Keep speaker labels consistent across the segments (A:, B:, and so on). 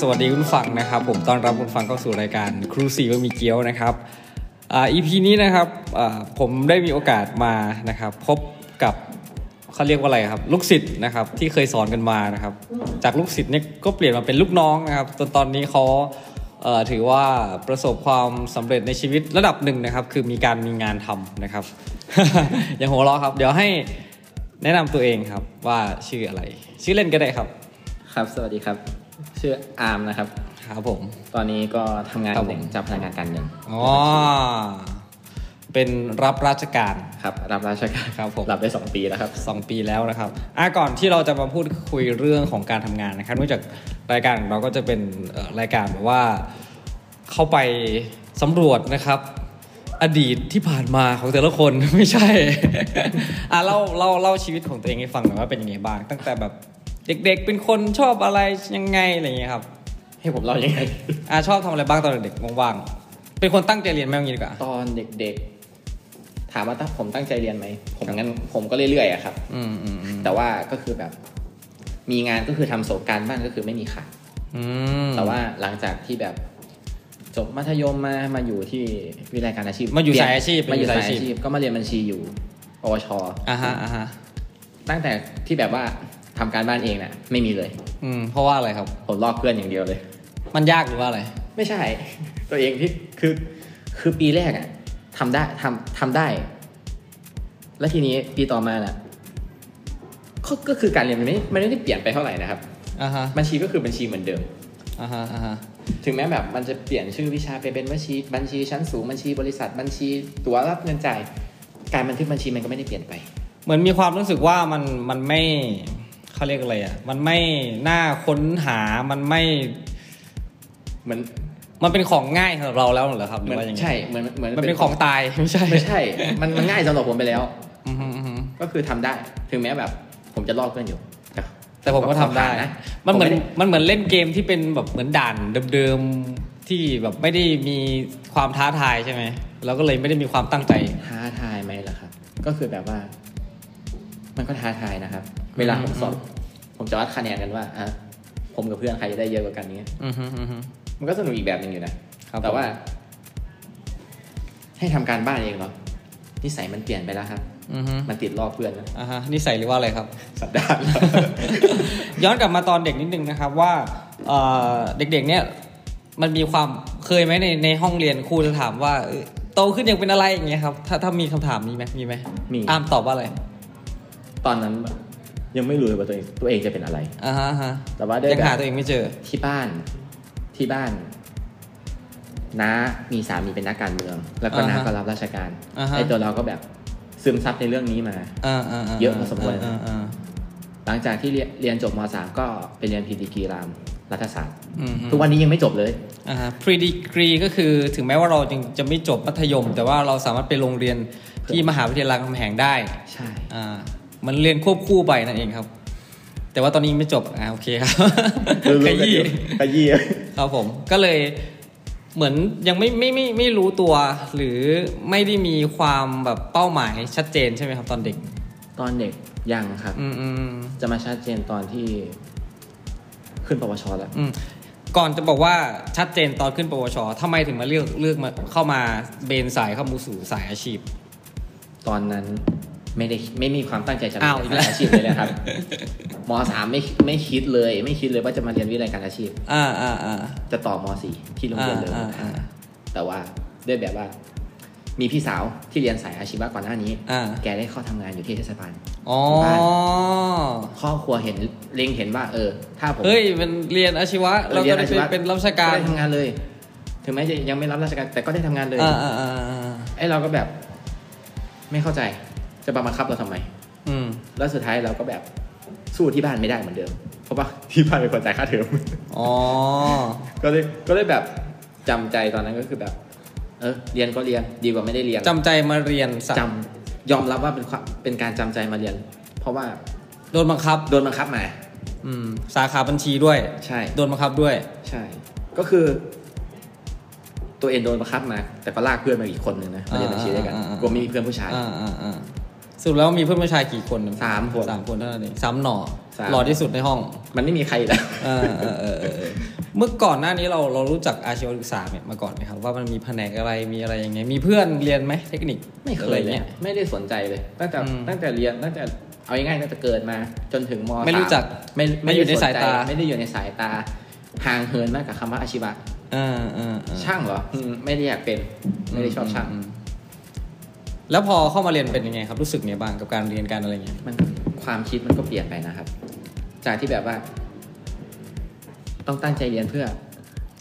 A: สวัสดีคุณผู้ฟังนะครับ ผมต้อนรับคุณผู้ฟังเข้าสู่รายการครูสีบะหมี่เกี๊ยวนะครับอ่า EP นี้นะครับอ่าผมได้มีโอกาสมานะครับ พบกับเขาเรียกว่าอะไรครับ ลูกศิษย์นะครับ ที่เคยสอนกันมานะครับ จากลูกศิษย์เนี่ยก็เปลี่ยนมาเป็นลูกน้องนะครับจนตอนนี้เขาเอ่อถือว่าประสบความสำเร็จในชีวิตระดับหนึ่งนะครับ คือมีการมีงานทำนะครับ อย่างหัวเราะครับ เดี๋ยวให้แนะนำตัวเองครับว่าชื่ออะไร ชื่อเล่นก็ได้ครับ
B: ครับ สวัสดีครับ ชื่ออาร์มนะครับ
A: ครับผม
B: ตอนนี้ก็ทำงาน
A: ครับ
B: ตำแหน่ง
A: ผม
B: เจ้าพนักงานการเงิน
A: อ๋อ เป็นรับราชการ
B: ครับ รับราชการ
A: ครับผม
B: รับได้ 2 ปีแล้วครับ
A: 2 ปีแล้วนะครับอ่ะก่อนที่เราจะมาพูดคุยเรื่องของการทำงานนะครับเนื่องจากรายการของเราก็จะเป็นเอ่อรายการแบบว่าเข้าไปสำรวจนะครับ อดีตที่ผ่านมาของแต่ละคน ไม่ใช่ อ่ะเล่าเล่าเล่าชีวิตของตัวเองให้ฟังหน่อยว่าเป็นยังไงบ้าง ตั้งแต่แบบเด็กๆ เป็นคนชอบอะไรยังไงอะไรอย่างเงี้ยครับ
B: ให้ผมเล่ายังไง
A: อ่ะชอบทำอะไรบ้างตอนเด็กๆว่างๆเป็นคนตั้งใจเรียนไหมเอางี้ดีกว่า
B: ตอนเด็กๆ ถามว่าถ้าผมตั้งใจเรียนไหม ผมงั้นผมก็เรื่อยๆอะครับ
A: อืมอืมอืม
B: แต่ว่าก็คือแบบ มีงานก็คือทำโสการบ้านก็คือไม่มีขาด
A: อืม
B: แต่ว่าหลังจากที่แบบจบมัธยมมา มาอยู่ที่วิทยาการอาชีพ
A: มาอยู่
B: เปลี่น
A: สายอาชีพ
B: มาอยู่
A: มา
B: สา
A: อยู่สายอา
B: ยอา
A: ชี
B: ชี
A: พ
B: พ ก็มาเรียนบัญชีอยู่ปวช
A: อ่าฮะอ่าฮะ
B: ตั้งแต่ที่แบบว่าทำการบ้านเองน่ะ ไม่มีเลย
A: อืมเพราะว่าอะไรครับ
B: ผมลอกเพื่อนอย่างเดียวเลย
A: มันยากหรือว่าอะไร
B: ไม่ใช่ ตัวเองที่คือคือปีแรกอะทำได้ทำทำได้ แล้วทีนี้ปีต่อมาน่ะก็ก็คือการเรียนมันไม่มันไม่ได้เปลี่ยนไปเท่าไหร่นะครับ
A: อ่าฮะ
B: บัญชีก็คือบัญชีเหมือนเดิม
A: อ่าฮะ อ่าฮะ
B: ถึงแม้แบบมันจะเปลี่ยนชื่อวิชาไปเป็นบัญชี บัญชีชั้นสูงบัญชีบริษัทบัญชีตั๋วรับเงินจ่ายการบันทึกบัญชีมันก็ไม่ได้เปลี่ยนไป
A: เหมือนมีความรู้สึกว่ามัน มันไม่เขาเรียกอะไรอ่ะ มันไม่น่าค้นหา มันไม่
B: เหมือน
A: มันเป็นของง่ายสำหรับเราแล้วเหรอครับห
B: เห
A: รื
B: มือ
A: อน ว่ายังไง
B: ใช่เหมือนเหมือน
A: มันเป็นของตาย ไม่ใช่
B: ไม่ใช่ มันมันง่ายสำหรับผมไปแล้ว
A: อืมฮึอืมฮึ
B: ก็คือทำได้ ถึงแม้แบบ ผมจะลอกเพื่อนอยู่
A: แต่ผมก็ทำได้
B: นะ
A: มันเหมือน
B: ผไได้
A: มันเหมือนเล่นเกมที่เป็นแบบเหมือนด่านเดิมๆ ที่แบบไม่ได้มีความท้าทายใช่ไหมเราก็เลยไม่ได้มีความตั้งใจ
B: ท้าทายไหมล่ะครับ ก็คือแบบว่า มันก็ท้าทายนะครับ เวลาผมสอบ ผมจะวัดคะแนนกันว่าอ่ะผมกับเพื่อนใครจะได้เยอะกว่ากันเนี้ย
A: อือฮึอือฮึ
B: มันก็สนุกอีกแบบหนึ่งอยู่นะครับ แต่ว่า ให้ทำการบ้านเองเหรอนิสัยมันเปลี่ยนไปแล้วครับ
A: อือฮึ
B: มันติดลอกเพื่อนนะ
A: อ่าฮะนิสัยหรือว่าอะไรครับ
B: สัปดา ห์ละ
A: ย้อนกลับมาตอนเด็กนิดนึงนะครับว่าเอ่อเด็กๆเนี่ยมันมีความเคยไหมในในห้องเรียนครูจะถามว่าเอ่อโตขึ้นอยากเป็นอะไรอย่างเงี้ยครับถ้าถ้ามีคำถามนี้ไหมมีไหม
B: มี
A: อามตอบว่าอะไร
B: ตอนนั้นยังไม่รู้เลยว่าตัวเองตัวเองจะเป็นอะไร
A: อ่าฮะฮะ
B: แต่ว่าได้
A: ยัง
B: แบบ
A: หาตัวเองไม่เจอ
B: ที่บ้านที่บ้านน้ามีสามีเป็นนักการเมือง แล้วก็น้าก็รับราชการไอตัวเราก็แบบซึมซับในเรื่องนี้มา
A: อ่าอ่าา
B: เยอะพอสมควร
A: อ่าอ่า
B: หลังจากที่เรียนเรียนจบม .3 ก็ไปเรียนพีดีกีรามรัฐศาสตร์
A: อืมอืม
B: ทุกวันนี้ยังไม่จบเลย
A: อ่าฮะ pre degree ก็คือถึงแม้ว่าเราจึงจะไม่จบมัธยม แต่ว่าเราสามารถไปโรงเรียนที่มหาวิทยาลัยรามคำแหงได้
B: ใช่
A: อ่ามันเรียนควบคู่ไปนั่นเองครับ แต่ว่าตอนนี้ยังไม่จบอ่าโอเคครับขยี้
B: ขยี้
A: ครับผม ก็เลยเหมือนยังไม่ไม่ไม่ไม่ไม่รู้ตัว หรือไม่ได้มีความแบบเป้าหมายชัดเจนใช่ไหมครับตอนเด็ก
B: ตอนเด็กยังครับ
A: อืมอืมอืม
B: จะมาชัดเจนตอนที่ขึ้นปวชแล้ว
A: อืมก่อนจะบอกว่าชัดเจนตอนขึ้นปวชทำไมถึงมาเลือกเลือกมาเข้ามาเบนสายเข้ามูสู่สายอาชีพ
B: ตอนนั้นไม่ได้ไม่มีความตั้งใจจะมา
A: อ้าว
B: เรี
A: อีกแล้
B: ยน
A: ว
B: อาชีพเลยนะครับมสามไม่ไม่คิดเลย ไม่คิดเลยว่าจะมาเรียนวิทยาการอาชีพ
A: อ่าอ่าอ่า
B: จะต่อมสี่ที่โรง
A: อ่า
B: เรียนเลย
A: อ่าอ่า
B: แต่ว่าด้วยแบบว่า มีพี่สาวที่เรียนสายอาชีวะก่อนหน้านี้
A: อ่า
B: แกได้เข้าทำงานอยู่ที่เทศบาล
A: อ๋อ
B: ครอบครัวเห็นเล็งเห็นว่า เออ ถ้าผม
A: เฮ้ยมันเรียนอาชีวะเราก็ได้เป็นเป็นรับราชการ
B: ได้ทำงานเลย ถึงแม้จะยังไม่รับราชการ แต่ก็ได้ทำงานเลย
A: อ่าอ่าอ่าอ่า
B: ไอ้เราก็แบบ ไม่เข้าใจจะบังคับเราทำไม
A: อืม
B: แล้วสุดท้ายเราก็แบบสู้ที่บ้านไม่ได้เหมือนเดิม เพราะว่าที่บ้านเป็นคนจ่ายค่าเทอม
A: อ๋อ
B: ก็เลยก็เลยแบบจำใจตอนนั้นก็คือแบบ เออเรียนก็เรียนดีกว่าไม่ได้เรียน
A: จำใจมาเรียนสะ
B: จำยอมรับว่าเป็นความเป็นการจำใจมาเรียน เพราะว่า
A: โดนบังคับ
B: โดนบังคับมา
A: อืมสาขาบัญชีด้วย
B: ใช่
A: โดนบังคับด้วย
B: ใช่ ก็คือ ตัวเองโดนบังคับมา แต่ก็ลากเพื่อนมาอีกคนหนึ่งนะมาเรียนบัญชีด้วยกัน
A: อ่าอ่าอ่า
B: กลัวไม่มีเพื่อนผู้ชาย
A: อ่าอ่าอ่า สรุปแล้วมีเพื่อนผู้ชายกี่คนนะ
B: สามคน
A: สามคนเท่านั้นเองสามหน่อ
B: สาม
A: หล่อที่สุดใน ห้อง
B: มันไม่มีใครแล้ว
A: เออเออเออเออเมื่อก่อนหน้านี้เราเรารู้จักอาชีวศึกษาเนี่ยมาก่อนไหมครับ ว่ามันมีแผนกอะไรมีอะไรยังไงมีเพื่อนเรียนไหมเทคนิค
B: ไม่เค
A: อะร
B: ยเลย
A: งี้
B: ไม่ได้สนใจเลยตั้งแต่
A: อืม
B: ตั้งแต่เรียนตั้งแต่เอาง่ายๆตั้งแต่เกิดมา จนถึงม
A: ไม่รู้
B: สา
A: จัก
B: ไม่
A: ไม่อยู่ในสายตา
B: ไม่ได้อยู่ในสายตาห่างเหินมากกับคำว่าอาชีวะ
A: เออเออเออ
B: ช่างเหรออืมไม่ได้อยากเป็นไม่ได้ชอบช่าง
A: มมแล้วพอเข้ามาเรียนเป็นยังไงครับรู้สึกไงบ้างกับการเรียนการอะไรเงี้ย
B: มันความคิดมันก็เปลี่ยนไปนะครับ จากที่แบบว่า ต้องตั้งใจเรียนเพื่อ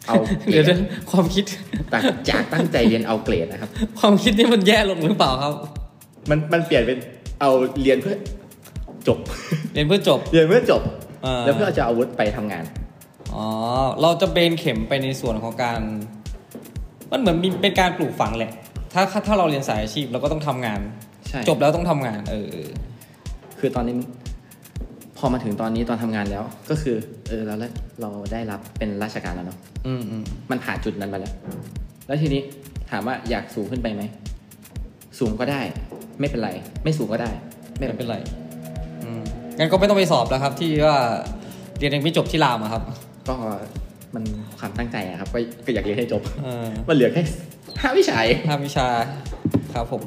B: เอาเกร
A: เดี๋ยว
B: ด
A: นะความคิด
B: จากจากตั้งใจเรียนเอาเกรดนะครับ
A: ความคิดนี่มันแย่ลงหรือเปล่าครับ
B: มันมันเปลี่ยนเป็นเอาเรียนเพื่อ จบ
A: เรียนเพื่อจบ
B: เรียนเพื่อจบ
A: เออ
B: แล้วเพื่อจะเอาอาวุธไปทำงาน
A: อ๋อเราจะเบนเข็มไปในส่วนของการ มันเหมือนมีเป็นการปลูกฝังแหละ ถ้าถ้าถ้าเราเรียนสายอาชีพเราก็ต้องทำงาน
B: ใช่
A: จบแล้วต้องทำงาน เออเออ
B: คือตอนนี้ พอมาถึงตอนนี้ตอนทำงานแล้ว ก็คือ เออเราได้เราได้รับเป็นราชการแล้วเนาะ
A: อืมอืม
B: มันผ่านจุดนั้นมาแล้ว แล้วทีนี้ถามว่าอยากสูงขึ้นไปไหมสูงก็ได้ ไม่เป็นไร ไม่สูงก็ได้
A: ไม่
B: ไม่เป็น
A: เป็นไรอืมงั้นก็ไม่ต้องไปสอบแล้วครับ ที่ว่าเรียนเองไม่จบที่รามอะครับ
B: ก็มันความตั้งใจอะครับก็ก็อยากเรียนให้จบ
A: เออ
B: มันเหลือแค่ ห้าวิชาเอง
A: ภาควิชาครับผม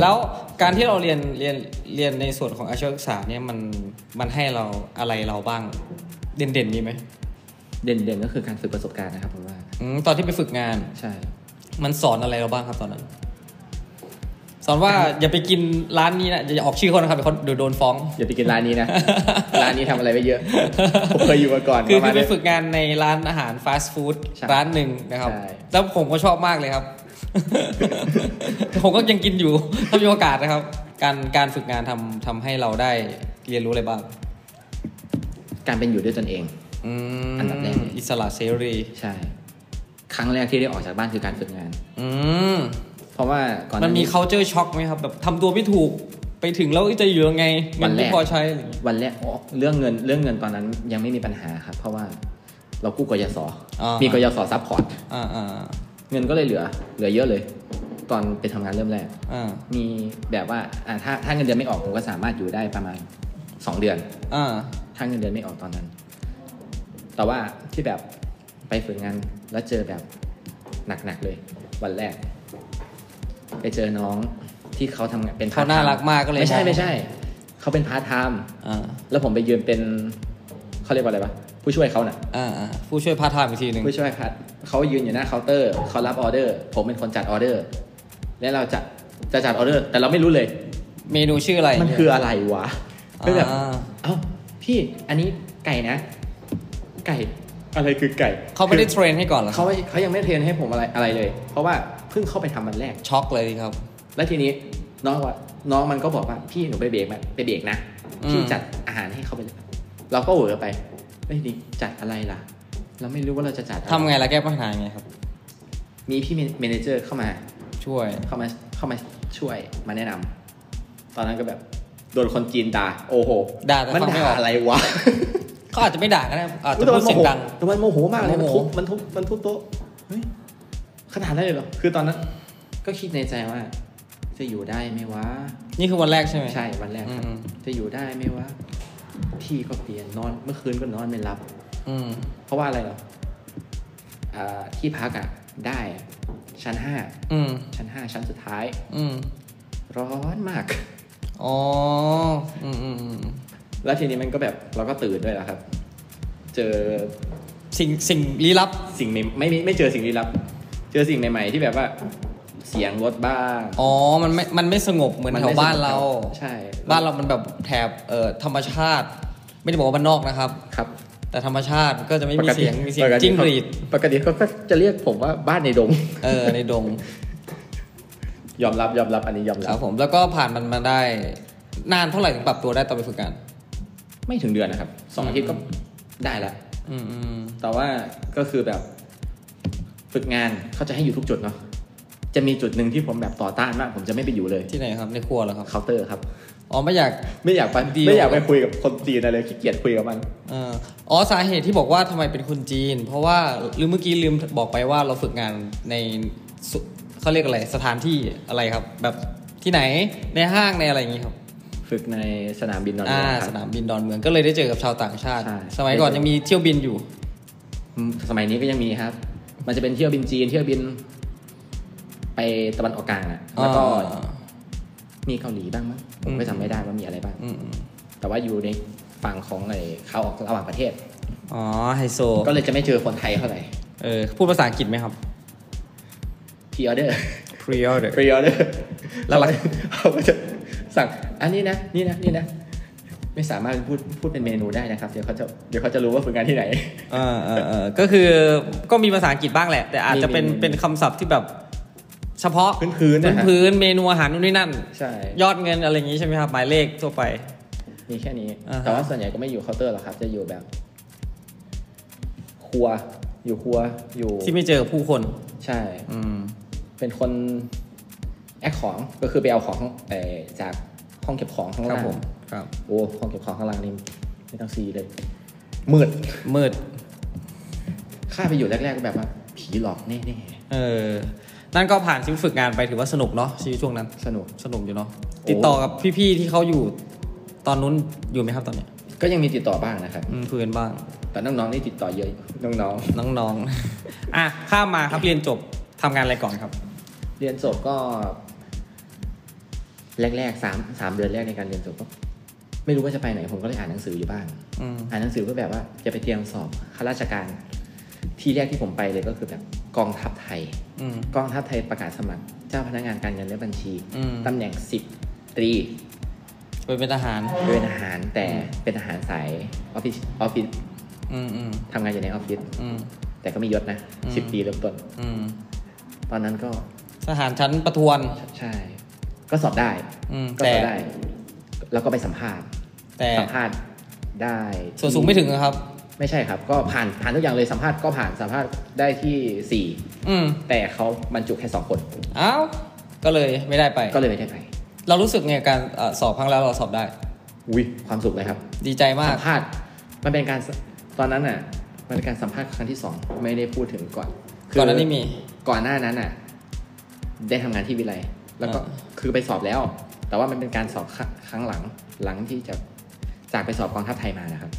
A: แล้วการที่เราเรียนเรียนเรียนในส่วนของอาชีวศึกษาเนี่ยมันมันให้เราอะไรเราบ้าง เด่นเด่นๆมีไหม
B: เด่นเด่นก็คือการฝึกประสบการณ์นะครับผมว่า
A: อืมตอนที่ไปฝึกงาน
B: ใช่
A: มันสอนอะไรเราบ้างครับตอนนั้น สอน ว่าอย่าไปกินร้านนี้นะอย่าออกชื่อเขานะครับเดี๋ยวเขาเดี๋ยวโดนฟ้อง
B: อย่าไปกินร้านนี้นะ ร้านนี้ทำอะไรไว้เยอะ ผมเคยอยู่มาก่อน
A: คือ
B: ประมา
A: พี่
B: ณ
A: ไป
B: เนี้ย
A: ฝึกงานในร้านอาหารฟาสต์ฟู้ด
B: ใช่
A: ร้านหนึ่งนะครับ
B: ใช่
A: แล้วผมก็ชอบมากเลยครับ ผมก็ยังกินอยู่ ถ้ามีโอกาสนะครับ การการฝึกงานทำทำให้เราได้เรียนรู้อะไรบ้าง
B: การเป็นอยู่ด้วยตนเอง
A: อืม
B: อันดับแรกเลย
A: อิสระเสรี
B: ใช่ ครั้งแรกที่ได้ออกจากบ้านคือการฝึกงาน
A: อืม
B: เพราะว่าก่อนห
A: มั
B: น้าน
A: มี
B: นี้
A: culture shock ไหมครับแบบทำตัวไม่ถูกไปถึงแล้วจะอยู่ยังไงเงินไม่พอใช้อะไรอย่างเงี้ย
B: วันแรกอ๋อเรื่องเงินเรื่องเงินตอนนั้นยังไม่มีปัญหาครับ เพราะว่าเรากู้กยศ
A: ามี
B: มีกยศซัพพอร์ต
A: อ่าอ่า
B: เงินก็เลยเหลือ เหลือเยอะเลย ตอนไปทำงานเริ่มแรก
A: อ่า
B: มีแบบว่าอ่าถ้าถ้าเงินเดือนไม่ออกผมก็สามารถอยู่ได้ประมาณ 2 เดือน
A: อ่า
B: ถ้าเงินเดือนไม่ออกตอนนั้น แต่ว่าที่แบบไปฝึกงานแล้วเจอแบบหนักๆเลย วันแรก ไปเจอน้องที่เขาทำงานเป็น
A: เขา
B: part-time
A: น่ารักมากก็เลย
B: ไม่ใช่
A: อง
B: ไม่ใช่ เขาเป็นพาร์ทไทม์
A: อ่า
B: แล้วผมไปยืนเป็นเขาเรียกว่าอะไรปะผู้ช่วยเขาน่ะ
A: อ่าอ่าผู้ช่วยพาร์ทไทม์อีกทีหนึ่ง
B: ผู้ช่วยพัดเขายืนอยู่หน้าเคาน์เตอร์เขารับออเดอร์ ผมเป็นคนจัดออเดอร์ และเราจะจะจัดออเดอร์ แต่เราไม่รู้เลย
A: เมนูชื่ออะไร
B: มันคืออะไรวะก็แบบ
A: อ่า
B: เอ้าพี่อันนี้ไก่นะ ไก่อะไรคือไก่
A: เขาไม่ได้เทรนให้ก่อนเหรอค
B: เขา
A: รับ
B: ไม่เขายังไม่เทรนให้ผมอะไรอะไรเลย เพราะว่าเพิ่งเข้าไปทำวันแรก
A: ช็อกเลยครับ
B: แล้วทีนี้น้องว่าน้องมันก็บอกว่าพี่หนูไปเบรกมาไปเบรกนะ
A: อืม
B: พี่จัดอาหารให้เขาไปเลยเราก็เหวอไปเอ้ยนี่จัดอะไรล่ะ เราไม่รู้ว่าเราจะจัดอะร
A: ทำไงล่ะแก้ปัญหาไงครับ
B: มีพี่เมเนเจอร์เข้ามา
A: ช่วย
B: เข้ามา เข้ามาช่วยมาแนะนำ ตอนนั้นก็แบบ โดนคนจีนด่า โอ้โห
A: ด่าแต่
B: มัน
A: ฟังไม่ออก
B: ด่าอะไรวะ
A: เขาอาจจะไม่ด่าก็ได้อาจจะพูดเสียงดัง
B: แต่มันโมโหมากเลย
A: โม
B: มัน
A: โห
B: ทุบ มันทุบ มันทุบโต๊ะเฮ้ย ขนาดนั้นเลยเหรอ คือตอนนั้น ก็คิดในใจว่า จะอยู่ได้ไหมวะ
A: นี่คือวันแรกใช่ไหม
B: ใช่ วันแรกครับ
A: อืม
B: จะอยู่ได้ไหมวะ ที่ก็เปลี่ยนนอน เมื่อคืนก็นอนไม่หลับ
A: อืม
B: เพราะว่าอะไรเหรออ่าที่พักอะได้ ชั้นห้า
A: อืม
B: ชั้นห้าชั้นสุดท้าย
A: อืม
B: ร้อนมาก
A: อ๋ออืมอืมอืม
B: แล้วทีนี้มันก็แบบเราก็ตื่นด้วยแหละครับ เจอ
A: สิ่งสิ่งลี้ลับ
B: สิ่งใหม่ไม่ไม่ไม่เจอสิ่งลี้ลับ เจอสิ่งใหม่ๆที่แบบว่า เสียงรถบ้าง
A: อ๋อ มันไม่ มันไม่สงบเหมือนแถว
B: ไสง
A: บ้านเรา
B: ใช่
A: บ้านเรามันแบบแถบเอ่อธรรมชาติ ไม่ได้บอกว่าบ้านนอกนะครับ
B: ครับ
A: แต่ธรรมชาติก็จะไม่มีเสียง มีเสียง
B: ปกติ
A: จิ้งหรีด
B: ปกติเขาก็จะเรียกผมว่าบ้านในดง
A: เออ ในดง
B: ยอมรับยอมรับอันนี้ยอม
A: ค
B: รั
A: รั
B: บบ
A: ผม แล้วก็ผ่านมันมาได้ นานเท่าไหร่ถึงปรับตัวได้ตอนไปฝึกงาน
B: ไม่ถึงเดือนนะครับสองอาทิตย์ก็ได้ละ
A: อืมอืม
B: แต่ว่าก็คือแบบฝึกงานเขาจะให้อยู่ทุกจุดเนาะจะมีจุดหนึ่งที่ผมแบบต่อต้านมาก ผมจะไม่ไปอยู่เลย
A: ที่ไหนครับ ในครัวเหรอครับ
B: เคาน์เตอร์ครับ
A: อ๋อ ไม่อยาก
B: ไม่อยากไป
A: ดีล
B: ไม่อยากไปคุยกับคนจีนอะไรเลยขี้เกียจคุยกับมัน
A: เอ่ออ๋อสาเหตุที่บอกว่าทำไมเป็นคนจีน เพราะว่าลืมเมื่อกี้ลืมบอกไปว่าเราฝึกงานในสุเขาเรียกอะไรสถานที่อะไรครับ แบบที่ไหนในห้างในอะไรอย่างนี้ครับ
B: ฝึกในสนามบินดอน
A: อ่า
B: เมือง
A: ส
B: ครับ
A: นามบินดอนเมืองก็เลยได้เจอกับชาวต่างชาติ
B: ใช่
A: สมัยก่อนยังมีเที่ยวบินอยู่
B: อืมสมัยนี้ก็ยังมีครับ มันจะเป็นเที่ยวบินจีนเที่ยวบิน ไปตะวันออกกลางอะแล้วก็มีเกาหลีบ้างมั้งผ
A: อื
B: ม
A: ม
B: ก็จำไม่ได้ว่ามีอะไรบ้าง
A: อืมอืม
B: แต่ว่าอยู่ในฝั่งของไอ้เขาออกระหว่างประเทศ
A: อ๋อไฮโซ
B: ก็เลยจะไม่เจอคนไทยเท่าไหร่
A: เออพูดภาษาอังกฤษไหมครับ
B: พ r ีออเดอร์
A: pre order
B: พรีออ เดอร์
A: แล้
B: แล้ว ว
A: เรา
B: เขาก็จะสั่งอันนี้นะนี่นะนี่นะ ไม่สามารถพูดพูดเป็นเมนูได้นะครับ เดี๋ยวเขาจะเดี๋ยวเขาจะรู้ว่าฝึกงานที่ ไหน
A: เออเออเออก็คือก็มีภาษาอังกฤษบ้างแหละ แต่อาจจะเป็น
B: มีมี
A: เป็นคำศัพท์ที่แบบเฉพาะ
B: พื้นๆนะฮะ
A: พื้นๆเมนูอาหารนู่นนี่นั่น
B: ใช่
A: ยอดเงินอะไรอย่างนี้ใช่ไหมครับ หมายเลขทั่วไป
B: มีแค่นี้
A: อ่าฮะ
B: แต่ว่าส่วนใหญ่ก็ไม่อยู่เคาน์เตอร์หรอกครับ จะอยู่แบบ ครัว อยู่ครัว อยู่
A: ที่ไม่เจอกับผู้คน
B: ใช่
A: อืม
B: เป็นคนแอคของ ก็คือไปเอาของเอ่อจากห้องเก็บของข้าง
A: ครับ
B: ล่าง
A: ผม ครับ
B: โอ้ ห้องเก็บของข้างล่างนี่ไม่ต้องซีเลย มืด
A: มืด
B: ข้าไปอยู่แรกๆก็แบบว่า ผีหลอกแน่
A: เออ นั่นก็ผ่านชีวิตฝึกงานไปถือว่าสนุกเนาะชีวิตช่วงนั้น
B: ๆ สนุก
A: สนุกอยู่เนาะ
B: โอ้
A: ติดต่อกับพี่ๆที่เขาอยู่ ตอนนู้นอยู่ไหมครับตอนเนี้ย
B: ก็ยังมีติดต่อบ้างนะครับ
A: อืมคุยกันบ้าง
B: แต่น้องๆนี่ติดต่อเยอะ น้อง
A: น้องๆ อ่ะ ข้ามมาครับเรียนจบทำงานอะไรก่อนครับ
B: ๆ เรียนจบก็ แรกๆสามสามเดือนแรกในการเรียนจบก็ ไม่รู้ว่าจะไปไหน ผมก็เลยอ่านหนังสืออยู่บ้าง
A: อืม
B: อ่านหนังสือเพื่อแบบว่าจะไปเตรียมสอบข้าราชการ ที่แรกที่ผมไปเลยก็คือแบบกองทัพไทย
A: อืม
B: กองทัพไทยประกาศสมัคร เจ้าพนักงานการเงินและบัญชี
A: อืม
B: ตำแหน่งสิบตรี
A: ไปเป็นทหาร
B: เป็นอาหารแต่เป็นอาหารสายออฟฟิศออฟฟิศ
A: อืมอืม
B: ทำงานอยู่ในออฟฟิศ
A: อืม
B: แต่ก็ไม่ยศนะ
A: อืม
B: สิบปีเริ่มต้น
A: อืม
B: ตอนนั้นก็
A: ทหารชั้นประทวน
B: ใช่ ก็สอบได้
A: อืม
B: ก็
A: แต่
B: สอบได้ แล้วก็ไปสัมภาษณ์
A: แต่
B: สัมภาษณ์ได้ที่
A: ส่วนสูงไม่ถึงอะครับ
B: ไม่ใช่ครับ ก็ผ่านผ่านทุกอย่างเลยสัมภาษณ์ก็ผ่านสัมภาษณ์ได้ที่
A: อืม
B: 4 แต่เขาบรรจุแค่ 2 คน
A: เอ้าวก็เลยไม่ได้ไป
B: ก็เลยไม่ได้ไป
A: เรารู้สึกไงกับการเอ่อสอบครั้งแล้วเราสอบได้
B: อุ้ยความสุขเลยครับ
A: ดีใจมาก
B: สัมภาษณ์มันเป็นการสตอนนั้นน่ะ มันเป็นการสัมภาษณ์ครั้งที่ 2 ไม่ได้พูดถึงก่อนคื
A: ก่อนหนั้านนี่มี
B: ก่อนหน้านั้นน่ะ ได้ทำงานที่วิไลแล้วก็
A: อ่า
B: คือไปสอบแล้ว แต่ว่ามันเป็นการสอบครัครั้งหลังหลังที่จะจากไปสอบกองทัพไทยมานะครับ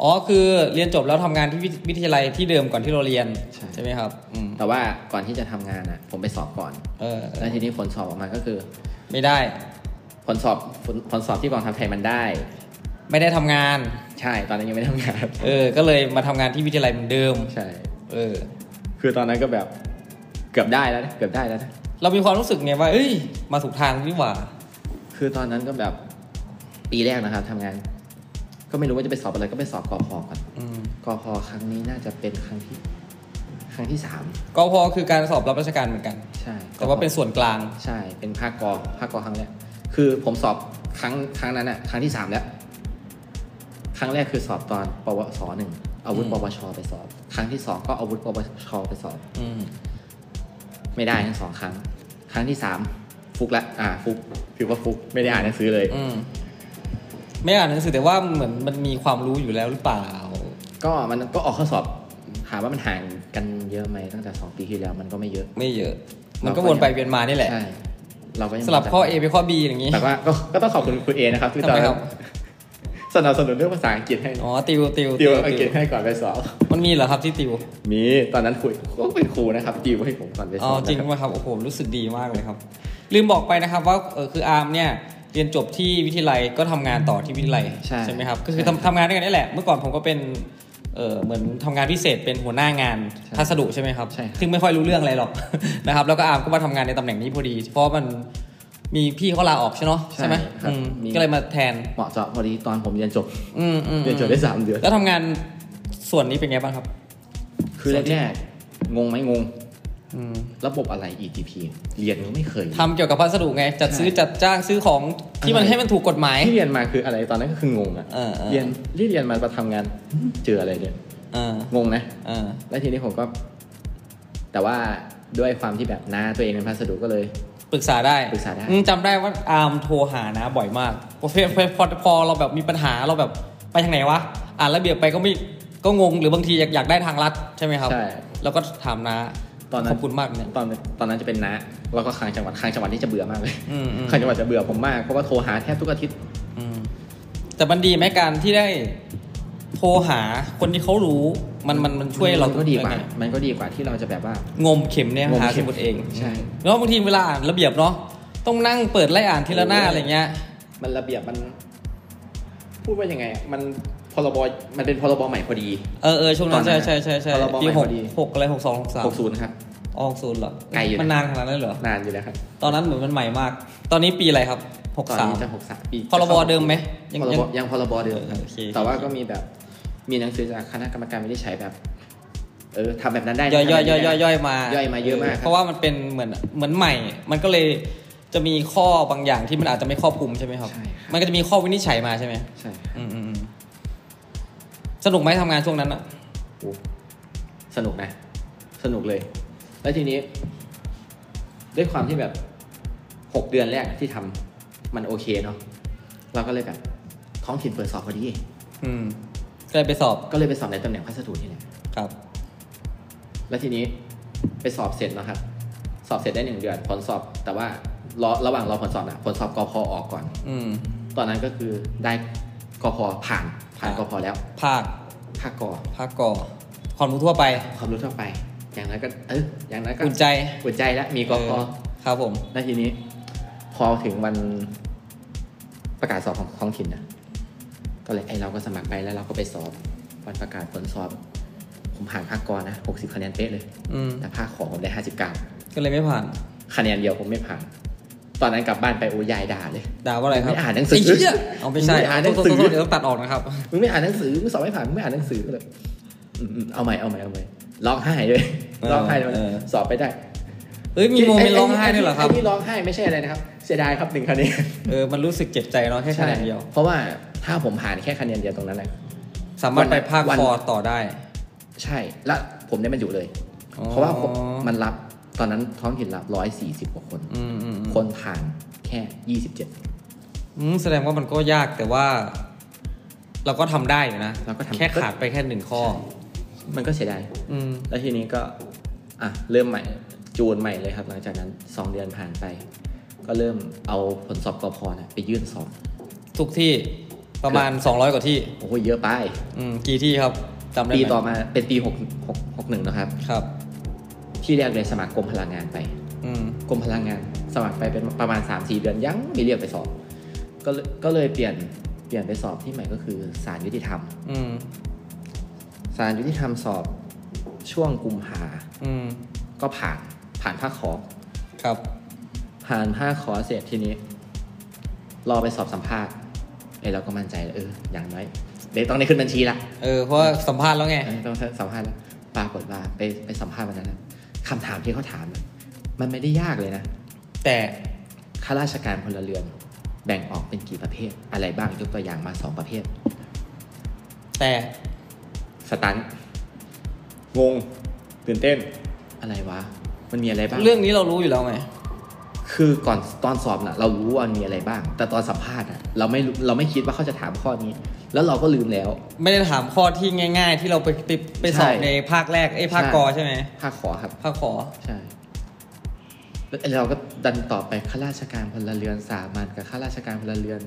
A: อ๋อคือเรียนจบแล้วทำงานที่วิวิทยาลัยที่เดิมก่อนที่เราเรียน
B: ใช่
A: ไหมครับ อืม
B: แต่ว่าก่อนที่จะทำงานน่ะ ผมไปสอบก่อน
A: เออเอ
B: แล้ว
A: อ
B: ทีนี้ผลสอบออกมาก็คือ
A: ไม่ได้
B: ผลสอบผลผลสอบที่กองทัพไทยมันได้
A: ไม่ได้ทำงาน
B: ใช่ ตอนนั้นยังไม่ได้ทำงาน
A: เออ ก็เลยมาทำงานที่วิทยาลัยเหมือนเดิม
B: ใช่
A: เออ
B: คือตอนนั้นก็แบบ เกือบได้แล้วนะเกือบได้แล้วนะ
A: เรามีความรู้สึกไงว่า เอ้ย มาถูกทางนี่หว่า
B: คือตอนนั้นก็แบบปีแรกนะครับทำงาน ก็ไม่รู้ว่าจะไปสอบอะไรก็ไปสอบกอพอก่อน
A: อืม
B: กอพอครั้งนี้น่าจะเป็นครั้งที่ ครั้งที่สาม
A: กพคือการสอบรับราชการเหมือนกัน
B: ใช่
A: แต่ว่าเป็นส่วนกลาง
B: ใช่เป็นภาคกอภาคกอครั้งแรกคือผมสอบครั้งครั้งนั้นอะครั้งที่สามแล้วครั้งแรกคือสอบตอนปวสหนึ่งอาวุธ
A: อืม
B: ปวชไปสอบ ครั้งที่สองก็อาวุธปวชไปสอบ
A: อืม
B: ไม่ได้ทั้งสองครั้ง ครั้งที่สามฟุกละ อ่า ฟุกถือว่าฟุกไม่ได้อ่านหนังสือเลย
A: อืม ไม่อ่านหนังสือแต่ว่าเหมือนมันมีความรู้อยู่แล้วหรือเปล่า
B: ก็มันก็ออกข้อสอบ ถามว่ามันห่างกันเยอะไหมตั้งแต่สองปีที่แล้วมันก็ไม่เยอะ
A: ไม่เยอะ มัน
B: เราก็
A: ก็วนไปเวียนมานี่แหละ
B: ใช่ เราก็ยัง
A: สลับข้อ A
B: ไม่จำ
A: ไปข้อ B อย่างนี้
B: แต่ว่า ก็ก็ต้องขอบคุณคุณเอนะครับที่
A: ทำ
B: ตอน
A: ไม
B: นั้
A: คน รับ
B: สนับสนุนเรื่องภาษาอังกฤษให้
A: อ๋อ ติวติว
B: ติวอังกฤษให้ก่อนไปสอบ
A: มันมีเหรอครับที่ติว
B: มีตอนนั้นคุยก็เป็นครูนะครับติวให้ผมก่อนไปส
A: อ๋อ
B: อบ
A: จริง
B: นะคบ
A: ป่ะครับโอ้โหรู้สึกดีมากเลยครับ ลืมบอกไปนะครับว่าเออคืออาร์มเนี่ยเรียนจบที่วิทยาลัยก็ทำงานต่อที่วิทยาลัย
B: ใช่
A: ไหมครับก็คือทำทำงานด้วยกันนี่แหละ เมื่อก่อนผมก็เป็นเออเหมือนทำงานพิเศษเป็นหัวหน้างาน
B: ใช่
A: พัสดุใช่ไหมครับ
B: ใช่ครับ
A: ซึ่งไม่ค่อยรู้เรื่องอะไรหรอก นะครับแล้วก็อาร์มก็มาทำงานในตำแหน่งนี้พอดี เพราะมันมีพี่เขาลาออกใช่เนาะใช่ไหม
B: ครับ
A: อืม
B: มี
A: ก็เลยมาแทน
B: เหมาะเจาะพอดีตอนผมเรียนจบ
A: อืมอืม
B: เรียนจบได้สามเดือน
A: แล้วทำงานส่วนนี้เป็นไงบ้างครับ
B: คือแรกๆงงไหมงง
A: อืม
B: ระบบอะไร EGP เรียนก็ไม่เคย
A: ทำเกี่ยวกับพัสดุไงจัดซื้อจัดจ้างซื้อของที่มัน
B: อะไร
A: ให้มันถูกกฎหมาย
B: ที่เรียนมาคืออะไรตอนนั้นก็คืองงอะ
A: เออเออ
B: เรียนที่เรียนมามาทำงาน เจออะไรเนี่ย
A: เออ
B: งงนะ
A: อ่า
B: แล้วทีนี้ผมก็ แต่ว่าด้วยความที่แบบน้าตัวเองเป็นพัสดุก็เลย
A: ปรึกษาได้
B: ปรึกษาได้
A: อืมจำได้ว่าอาร์มโทรหานะบ่อยมาก พอพอพอพอเราแบบมีปัญหาเราแบบไปทางไหนวะ อ่านระเบียบไปก็ไม่ก็งงหรือบางทีอยากอยากได้ทางลัดใช่ไหมครับ
B: ใช่
A: แล้วก็ถามนะ
B: ตอนนั้น
A: ขอบคุณมากเนี่ย
B: ตอนตอนนั้นจะเป็นน้าแล้วก็ค้างจังหวัดค้างจังหวัดนี่จะเบื่อมากเลย
A: อืมอืม
B: ค้างจังหวัดจะเบื่อผมมากเพราะว่าโทรหาแทบทุกอาทิตย์
A: แต่มันดีไหมการที่ได้โทรหาคนที่เขารู้ มันมันมันช่วยเรา
B: นก็ดีกว่า
A: ยังไง
B: มันก็ดีกว่าที่เราจะแบบว่า
A: งมเข็มเนี่ย
B: งม
A: หา
B: เข็
A: ส
B: ม
A: มุดเอง
B: ใช่
A: แล้วบางทีเวลาอ่านระเบียบเนาะต้องนั่งเปิดไล่อ่านทีละหน้าอะไรเงี้ย
B: มันระเบียบมัน พูดว่ายังไงอะมันพรบมันเป็นพรบใหม่พอดี
A: เออเออช่วงนั้น
B: ตอนนั้
A: ใช่
B: น
A: ใช่ใช่ใช่
B: พรบ
A: ปีห
B: ใหม่พ
A: ก
B: อดี
A: หกอะไรหกสองหกสาม
B: 60ครับ
A: ออกศูนย์เหรอ
B: ไกลอยู่นะ
A: มันนานขนาดนั้นเลยเหรอ
B: นานอยู่แล้วครับ
A: ตอนนั้นเหมือนมันใหม่มาก ตอนนี้ปีอะไรครับหก
B: ตอน
A: สาม
B: นี้จะ63ปี
A: พรบเดิมไหมยั
B: ยัง ง
A: ยัง
B: ยังพรบเดิมครับ
A: โอเค
B: แต่ว่าก็มีแบบ มีหนังสือจากคณะกรรมการวินิจฉัยแบบ เออทำแบบนั้นได้นะ
A: ย่อยย่อย
B: ทำแบบ
A: ย่อย
B: นี้ได้
A: ย่อยย่อยมา
B: ย่อยมาเยอะมากครับ
A: เพราะว่ามันเป็นเหมือนเหมือนใหม่ มันก็เลยจะมีข้อบางอย่างที่มันอาจจะไม่ครอบคลุมใช่ไหมครับ
B: ใช่ครับ
A: มันก็จะมีข้อวินิจฉัยมาใช่ไหม
B: ใช่
A: อืมอืมอืมสนุกไหมทำงานช่วงนั้นอะ
B: โอ้สนุกนะ สนุกเลย แล้วทีนี้ ด้วยความที่แบบหกเดือนแรกที่ทำมันโอเคเนาะเราก็เลยแบบ ท้องถิ่นเปิดสอบพอดี
A: อืมก็เลยไปสอบ
B: ก็เลยไปสอบในตำแหน่งพัสดุนี่แหละ
A: ครับ
B: แล้วทีนี้ไปสอบเสร็จนะครับ สอบเสร็จได้หนึ่งเดือนผลสอบ แต่ว่ารอระหว่างรอผลสอบนะผลสอบกพอออกก่อน
A: อืม
B: ตอนนั้นก็คือได้กพผ่านผ่านกพแล้ว
A: ภาค
B: ภาคก
A: ภาคก่อความรู้ทั่วไป
B: ความรู้ทั่วไป อย่างนั้นก็เอออย่างนั้นก็
A: อุ่นใจ
B: อุ่นใจแล้วมีกพ
A: เออครับผม
B: แล้วทีนี้ พอถึงวันประกาศสอบของท้องถิ่นนะก็เลยไอเราก็สมัครไปแล้วเราก็ไปสอบวันประกาศผลสอบ ผมผ่านภาคกนะหกสิบคะแนนเป๊ะเลย
A: อืม
B: แต่ภาคขอผมได้ห้าสิบเก้า
A: ก็เลยไม่ผ่าน
B: คะแนนเดียวผมไม่ผ่าน ตอนนั้นกลับบ้านไปโอ้ยายด่าเลย
A: ด่าว่าอะไรครับ
B: ไม่อ่านหนังสือ
A: ไเหี้ยเอาไม่ใช่
B: ไม่อ่านหนังสือ
A: โทษโทษโทษเดี๋ยวต้องตัดออกนะครับ
B: มึงไม่อ่านหนังสือมึงสอบไม่ผ่านมึงไม่อ่านหนังสือเลยอืมๆเอาใหม่เอาใหม่เอาใหม่ร้องไห้ด้วย
A: เออ
B: ร้องไห้ด้วย
A: เออ
B: สอบไปได้
A: เอ้ยมีโมเมนต์ร้องไห้ด้วยเหรอครับ
B: ไอ้ที่ร้องไห้ไม่ใช่อะไรนะครับ เสียดายครับหนึ่งคะแนน
A: เออ มันรู้สึกเจ็บใจเนาะแค่คะแนนเดียว
B: เพราะว่าถ้าผมผ่านแค่คะแนนเดียวตรงนั้นนะ
A: สามารถไปภาค
B: วัน
A: คอต่อได้
B: ใช่แล้วผมได้มันอยู่เลย
A: อ๋อ
B: เพราะว่าผมมันรับตอนนั้นท้องถิ่นรับร้อยสี่สิบกว่าคน
A: อืมอืมอืม
B: คนผ่านแค่ยี่สิบเจ็ด
A: อืมแสดงว่ามันก็ยากแต่ว่า เราก็ทำได้อยู่นะ
B: เราก็ทำ
A: แค่ขาดไปแค่หนึ่งข้อ
B: มันก็เสียดาย
A: อืม
B: แล้วทีนี้ก็อ่ะเริ่มใหม่จูนใหม่เลยครับ หลังจากนั้น 2 เดือนผ่านไป ก็เริ่มเอาผลสอบกพนะไปยื่นสอบ
A: ทุกที่ประมาณ 200 กว่าที่
B: โอ้โหเยอะไป
A: อืมกี่ที่ครับจำได้
B: ปี
A: ไหม
B: ต่อมาเป็นปี6 6 6 1นะครับ
A: ครับ
B: ที่แรกเลยสมัครกรมพลังงานไป
A: อืม
B: กรมพลังงาน สมัครไปเป็นประมาณ 3 4 เดือนยังไม่เรียกไปสอบ ก็เลยก็เลยเปลี่ยนเปลี่ยนไปสอบที่ใหม่ก็คือศาลยุติธรรม
A: อืม
B: ศาลยุติธรรมสอบช่วงกุมภา
A: อืม
B: ก็ผ่านผ่านภาคขอ
A: ครับ
B: ผ่านห้าขอเสร็จทีนี้ รอไปสอบสัมภาษณ์ไอ้เราก็มั่นใจแล้วเออ อย่างน้อยเดี๋ยวต้องได้ขึ้นบัญชีละ
A: เออเพราะว่าสัมภาษณ์แล้วไง
B: เออต้องสัมภาษณ์แล้วปรากฏว่าไปไปสัมภาษณ์วันนั้นนะคำถามที่เขาถามน่ะมันไม่ได้ยากเลยนะ
A: แต่
B: ข้าราชการพลเรือน แบ่งออกเป็นกี่ประเภท อะไรบ้างยกตัวอย่างมาสองประเภท
A: แต่
B: สตันท์งงตื่นเต้น อะไรวะ มันมีอะไรบ้าง
A: เรื่องนี้เรารู้อยู่แล้วไง
B: คือก่อนตอนสอบน่ะ เรารู้ว่ามีอะไรบ้าง แต่ตอนสัมภาษณ์น่ะเราไม่รู้เราไม่คิดว่าเขาจะถามข้อนี้ แล้วเราก็ลืมแล้ว
A: ไม่ได้ถามข้อที่ง่าย ๆ ที่เราไปติดไปสอบ
B: ใช่
A: ในภาคแรกไอ้ยภาค
B: ใช่
A: กอใช่ไหม
B: ภาคขอครับ
A: ภาคขอ
B: ใช่แล้วแล้วเราก็ดันต่อบไปข้าราชการพลเรือนสามัญกับข้าราชการพลเรือน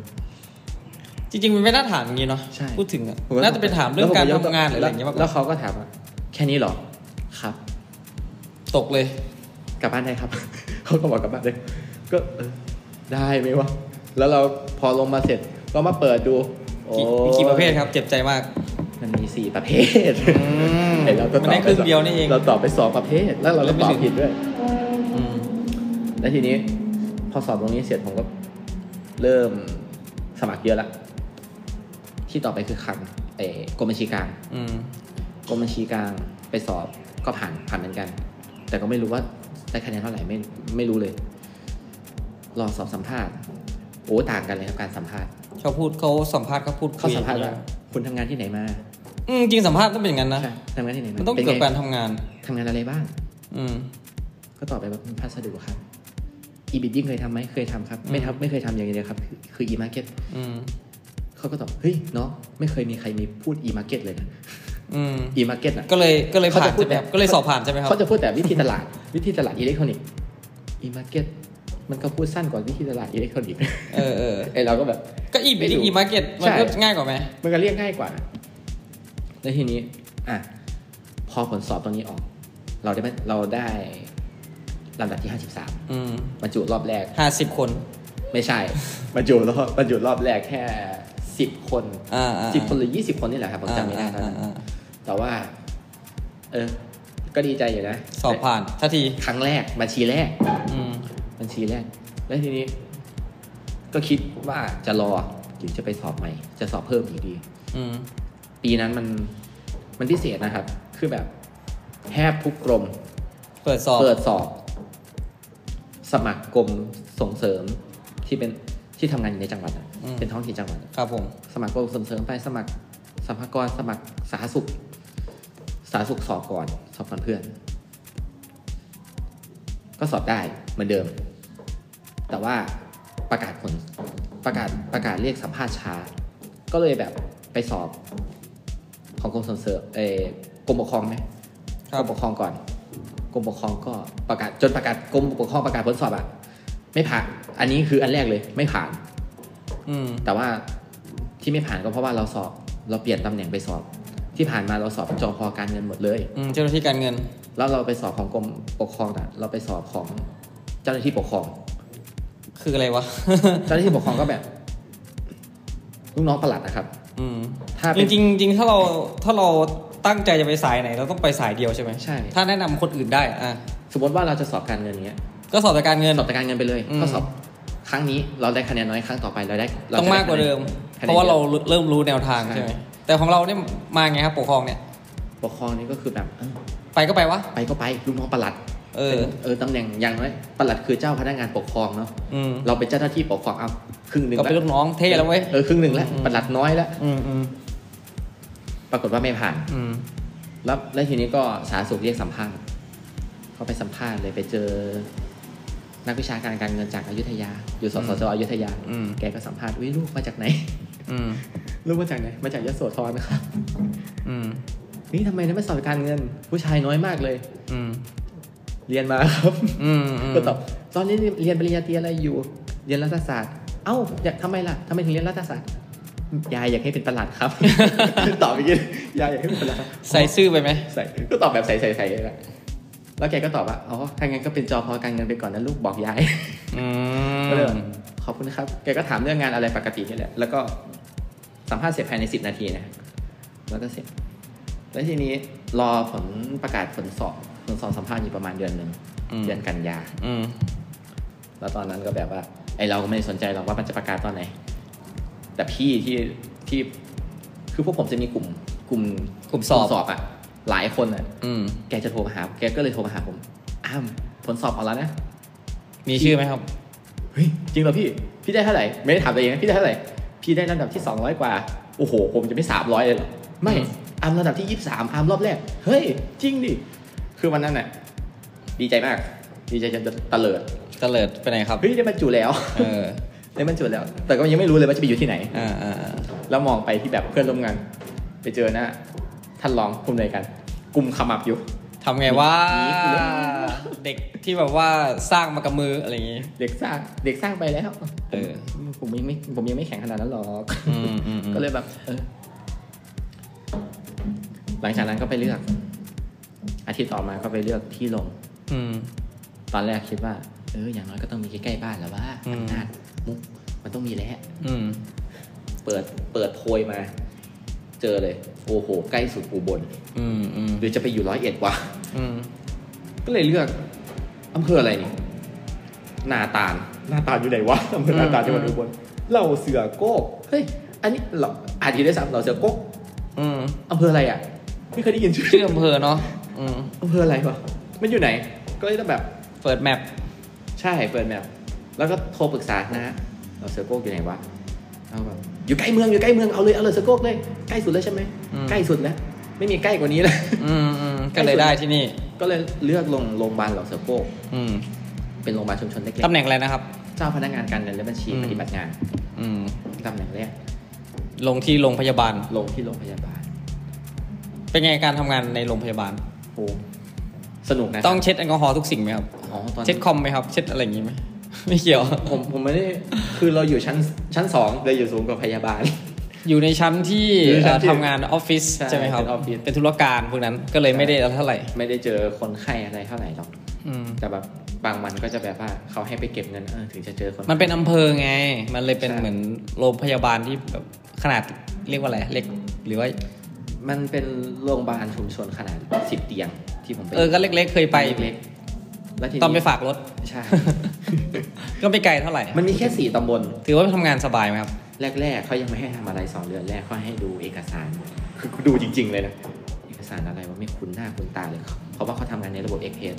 A: จริงๆมันไม่น่าถามอย่างนี้เนาะ
B: ใช่
A: พูดถึงอะน่าจะไปถามเรื่องการทำงานหรืออะไรอย่างเงี้ยมากก
B: แล้
A: ว่าว
B: เขาก็ถามว่าแค่นี้เหรอครับ
A: ตกเลย
B: กลับบ้านได้ครับ เขาก็บอกกลับบ้านได้ก็เออได้ไหมวะแล้วเราพอลงมาเสร็จก็มาเปิดดู
A: กี่
B: โอ้ย
A: กี่ประเภทครับเจ็บใจมาก
B: มันมีสี่ประเภท
A: ม
B: เห็นเราก็
A: มันได้
B: ตอบป
A: ครึ่งเดียวนี่เอง
B: เราตอบไปสองประเภท แล้วเราก็ตอบ
A: แล้วไม่ถึง
B: ผิดด้วย
A: อืม
B: แล้วทีนี้ พอสอบตรงนี้เสร็จผมก็เริ่มสมัครเยอะละ ที่ต่อไปคือคลังเออกรมบัญชีกลาง
A: อืม
B: กรมบัญชีกลางไปสอบก็ผ่านผ่านเหมือนกัน แต่ก็ไม่รู้ว่าได้คะแนนเท่าไหร่ไม่ไม่รู้เลย รอสอบสัมภาษณ์ โอ้ต่างกันเลยครับการสัมภาษณ์
A: เขาพูดเขาสัมภาษณ์เขาพูดคุย
B: เขาสัมภาษณ์ว่าคุณทำงานที่ไหนมา
A: อืมจริงสัมภาษณ์ต้องเป็นอย่างนั้นนะ
B: ใช่ทำงานที่ไหนมา
A: มันต้อง
B: ป็
A: เกี่ยว
B: ไ
A: กับการทำงาน
B: ทำงานอะไรบ้าง
A: อืม
B: ก็ตอบไปแบบพัสดุครับ อีบิดยิ่งเคยทำไหมเคยทำครับ
A: อืม
B: ไม่ทำไม่เคยทำอย่างเดียวครับ คือคืออีมาร์เก็ต
A: อืม
B: เขาก็ตอบ เฮ้ยเนาะไม่เคยมีใครมีพูดอีมาร์เก็ตเลยนะ
A: อืม
B: อีมาร์เก็ตอ่ะ
A: ก็เลยก็เลย
B: เขา
A: ผ่าน
B: จะพูด
A: ใช่ไหมครับ
B: แบบ
A: ก็เลยสอบผ่านใช่ไหมครับ
B: เขาจะพูดแต่วิธีตลาด วิธีตลาดอิเล็กทรอนิกส์อีมาร์เก็ต มันก็พูดสั้นกว่าวิทยาลัยอิเล็กทรอนิกส์
A: เออเออ
B: ไอเราก็แบบ
A: ก็อี
B: ไม่รู้
A: อีมาร์เก็ตมัน
B: ใช่
A: ก็ง่ายกว่าไหม
B: มันก็เรียกง่ายกว่า แล้วทีนี้ อ่ะ พอผลสอบตรงนี้ออก เราได้ไหมเราได้ลำดับที่ห้าสิบสาม
A: อืม
B: บรรจุรอบแรก
A: ห้าสิบคน
B: ไม่ใช่ บรรจุรอบบรรจุรอบแรกแค่สิบคน
A: อ่าอ่า
B: สิบคนหรือยี่สิบคนนี่แหละครับผมจำไม่ได้ตอน
A: อ่า
B: นั้น
A: อ่าอ่า
B: แต่ว่า เออ ก็ดีใจอยู่นะ
A: สอบผ่านทันที
B: ครั้งแรก บัญชีแรก
A: อืม
B: บัญชีแรก แล้วทีนี้ ก็คิดว่าจะรอหรือจะไปสอบใหม่ จะสอบเพิ่มอีกดี
A: อืม
B: ปีนั้นมันมันพิเศษนะครับ คือแบบแทบทุกกรม
A: เปิดสอบ
B: เปิดสอบ สมัครกรมส่งเสริมที่เป็นที่ทำงานอยู่ในจังหวัดอะเป็นท้องถิ่นจังหวัดอะ
A: ครับผม
B: สมัครกรมส่งเสริมไปสมัครสภากรสมัครสาธารณสุข สาธารณสุขสอบก่อน สอบก่อนเพื่อน ก็สอบได้เหมือนเดิม แต่ว่าประกาศผลประกาศประกาศเรียกสัมภาษณ์ช้า ก็เลยแบบไปสอบของกรมส่งเสริมเออกรมปกครองไหม
A: ครั
B: กร
A: บ
B: มปกครองก่อน กรมปกครองก็ประกาศจนประกาศกรมปกครองประกาศผลสอบอะไม่ผ่าน อันนี้คืออันแรกเลย ไม่ผ่าน
A: อืม
B: แต่ว่าที่ไม่ผ่านก็เพราะว่าเราสอบ เราเปลี่ยนตำแหน่งไปสอบ ที่ผ่านมาเราสอบจอพอการเงินหมดเลย
A: อืม เจ้าหน้าที่การเงิน
B: แล้วเราไปสอบของกรมปกครองอะเราไปสอบของเจ้าหน้าที่ปกครอง
A: คืออะไร วะ
B: เจ้าหน้าที่ปกครองก็แบบลูกน้องประหลัดนะครับ
A: อืม
B: ถ้า
A: จ
B: เป็
A: ริ
B: น
A: งจริงจริงถ้าเราถ้าเราตั้งใจจะไปสายไหน เราต้องไปสายเดียวใช่ไหม
B: ใช่
A: ถ้าแนะนำคนอื่นได้อ่ะ
B: สมมติว่าเราจะสอบการเงินเนี้ย
A: ก็สอบแต่การเงิน
B: สอบแต่การเงินไปเลย
A: อืม
B: ก็สอบครั้งนี้เราได้คะแนนน้อยครั้งต่อไปเราได้ร
A: ต้อง
B: จะไ
A: มากกว่าเดิม
B: คะแนน
A: เพราะว่า
B: เย
A: เรา
B: อะ
A: เริ่มรู้แนวทาง
B: ใช่
A: ใช่ไหมแต่ของเราเนี่ยมาไงครับปกครองเนี่ย
B: ปกครองนี่ก็คือแบบเอ้า
A: ไปก็ไปวะ
B: ไปก็ไปลูกน้องประหลัด
A: เออ
B: เออตำแหน่งอย่างน้อยประหลัดคือเจ้าพนักงานปกครองเนาะ
A: อืม
B: เราเป็นเจ้าหน้าที่ปกครองเอาครึ่งหนึ่ง
A: ก็เป็นลูกน้องเท่แล้วเว้ย
B: เออครึ่งหนึ่งแล้ว
A: อืม
B: ประหลัดน้อยแล้ว
A: อืมอืม
B: ปรากฏว่าไม่ผ่าน
A: อืม
B: แล้วแล้วทีนี้ก็สาธารณสุขเรียกสัมภาษณ์เขาไปสัมภาษณ์เลยไปเจอ นักวิชาการการเงินจากอยุธยา อยู่สสจอยุธยา
A: อืม
B: แกก็สัมภาษณ์วิลูกมาจากไหน
A: อืม
B: ลูกมาจากไหนมาจากยโสธรนะครับ
A: อืม
B: นี่ทำไมนะไม่สอบการเงิน ผู้ชายน้อยมากเลย
A: อืม
B: เรียนมาครับ
A: อืมอืม
B: ก็ตอบตอนนี้เรียนปริญญาตรีอะไรอยู่ เรียนรัฐศาสตร์ เอ้า อยากทำไมล่ะทำไมถึงเรียนรัฐศาสตร์ ยายอยากให้เป็นประหลัด ครับ ตอบอย่างนี้ยายอยากให้เป็นประหลัดครับ
A: ใส่ซื่อไปไหม
B: ใส่ก็ตอบแบบใส่ใส่ใส่เลยแหละแล้วแกก็ตอบว่า อ๋อ ถ้างั้นก็เป็นจอพอการเงินไปก่อนนะลูกบอกยาย
A: อื
B: ก็เลยแบ
A: ม
B: บขอบคุณครับ แกก็ถามเรื่องงานอะไรปกตินี่แหละ แล้วก็สัมภาษณ์เสร็จภายในสิบนาทีนะ แล้วก็เสร็จ แล้วทีนี้รอผลประกาศผลสอบ ผลสอบสัมภาษณ์อยู่ประมาณเดือนหนึ่งเดือนกันยา
A: อืม
B: แล้วตอนนั้นก็แบบว่า ไอเราก็ไม่ได้สนใจหรอกว่ามันจะประกาศตอนไหน แต่พี่ที่ที่คือพวกผมจะมีกลุ่ม กลุ่ม
A: กลุ่มสอบ
B: สอบอะหลายคนอะ
A: อืม
B: แกจะโทรมาหา แกก็เลยโทรมาหาผมอ้ามผลสอบออกแล้วนะ
A: มีชื่อไหมครับ
B: เฮ้ยจริงเหรอพี่ พี่ได้เท่าไหร่ไม่ได้ถามตัวเองนะพี่ได้เท่าไหร่พี่ได้ลำดับที่ 200 กว่า โอ้โห ผมจะไม่สามร้อยเลยเหรอไม่
A: อืม
B: อามลำดับที่ 23อามรอบแรกเฮ้ยจริงดิคือวันนั้นน่ะดีใจมาก ดีใจจนจะตะเลิด
A: เตะเลิดไปไหนครับ
B: เฮ้ยได้บรรจุแล้ว
A: เออ
B: ได้บรรจุแล้ว แต่ก็ยังไม่รู้เลยว่าจะไปอยู่ที่ไหน
A: อ่าอ่าอ่า
B: แล้วมองไปที่แบบเพื่อนร่วมงาน ไปเจอหน้าท่านรองผู้อำนวยการกลุ่มขมับอยู่
A: ทำไงว่า
B: หนีกูแล้ว
A: เด็กที่แบบว่าสร้างมากับมืออะไรอย่างงี้
B: เด็กสร้าง เด็กสร้างไปแล้ว
A: เออ
B: ผมยังไม่ผมยังไม่แข็งขนาดนั้นหรอก
A: อืมอืมอืม
B: ก็เลยแบบเออหลังจากนั้นก็ไปเลือก อาทิตย์ต่อมาก็ไปเลือกที่ลง
A: อืม
B: ตอนแรกคิดว่า เออ อย่างน้อยก็ต้องมีใกล้ๆบ้านแล้วว่า
A: อืม
B: อำนาจมุกมันต้องมีแหล้ว
A: อืม
B: เปิดเปิดโพยมา เจอเลย โอ้โห ใกล้สุดอุบล
A: อืมอืม
B: หรือจะไปอยู่ร้อยเอ็ดวะ
A: อืม
B: ก็เลยเลือกอำเภออะไรนี่ นาตาล นาตาลอยู่ไหนวะอำเภอนาตาลจังหวัดอุบลเราเสือโกกเฮ้ย อันนี้เราอาจจะได้ซ้ำเราเสือโกก
A: อืม
B: อำเภออะไรอ่ะ ไม่เคยได้ยินชื่อ
A: ชื่ออำเภอเนาะอืม
B: อำเภออะไรวะ มันอยู่ไหน ก็เลยต้องแบบ
A: เปิดแมป
B: ใช่เปิดแมพแล้วก็โทรปรึกษานะ เราเสือโกกอยู่ไหนวะเราแบบอยู่ใกล้เมืองอยู่ใกล้เมืองเอาเลยเอาเลยเสือโกกเลย ใกล้สุดแล้วใช่ไหมใกล้สุดแล้วไม่มีใกล้กว่านี้แล้ว
A: อืมอืมก็เลยได้ที่นี่
B: ก็เลยเลือกลงโรงพยาบาลเหล่าเสือโกก
A: อืม
B: เป็นโรงพยาบาลชุมชนเล็ก
A: ตำแหน่งอะไรนะครับ
B: ๆเจ้าพนักงานการเงินและบัญชี
A: อืม
B: ปฏิบัติงาน
A: อืม
B: ตำแหน่งแรก
A: ลงที่โรงพยาบาล
B: ลงที่โรงพยาบาล
A: เป็นไงการทำงานในโรงพยาบาล
B: โอ้สนุกนะ
A: ต้องเช็ดแอลกอฮอล์ทุกสิ่งไหมครับ
B: อ๋อตอน
A: เช็ดคอมไหมครับ เช็ดอะไรอย่างงี้ไหม ไม่เกี่ยว
B: ผมผมไม่ได้คือเราอยู่ชั้นชั้นสองเราอยู่สูงกว่าพยาบาล
A: อยู่ในชั้นที่
B: อยู่ในชั้
A: เอ่อน
B: ที่
A: ทำงานออฟฟิศ
B: ใช่
A: ใช่ไหมครับ
B: เป็นออฟฟิศ
A: เป็นธุรการพวกนั้นก็เลยไม่ได้เท่าไหร่
B: ไม่ได้เจอคนไข้อะไรเท่าไหร่หรอก
A: อืม
B: แต่แบบบางวันก็จะแบบว่าเขาให้ไปเก็บเงินเออถึงจะเจอคน
A: มันเป็นอำเภอไง มันเลยเป็น
B: ใช่
A: เหมือนโรงพยาบาลที่แบบขนาดเรียกว่าอะไรเล็กหรือว่า
B: มันเป็นโรงพยาบาลชุมชนขนาดสิบเตียงที่ผมไป
A: เออก็เล็ก ๆ เคยไป
B: เล็กๆแล้วที
A: ตอนไปฝากรถ
B: ใช่
A: ก็ไม่ไกลเท่าไหร่
B: มันมีแค่สี่ตำบล
A: ถือว่าทำงานสบายไหมครับ
B: แรก ๆเขายังไม่ให้ทำอะไรสองเดือนแรกเขาให้ดูเอกสาร คือดูจริง ๆ เลยนะ เอกสารอะไรว่าไม่คุ้นหน้าคุ้นตาเลยครับเพราะว่าเขาทำงานในระบบ Excel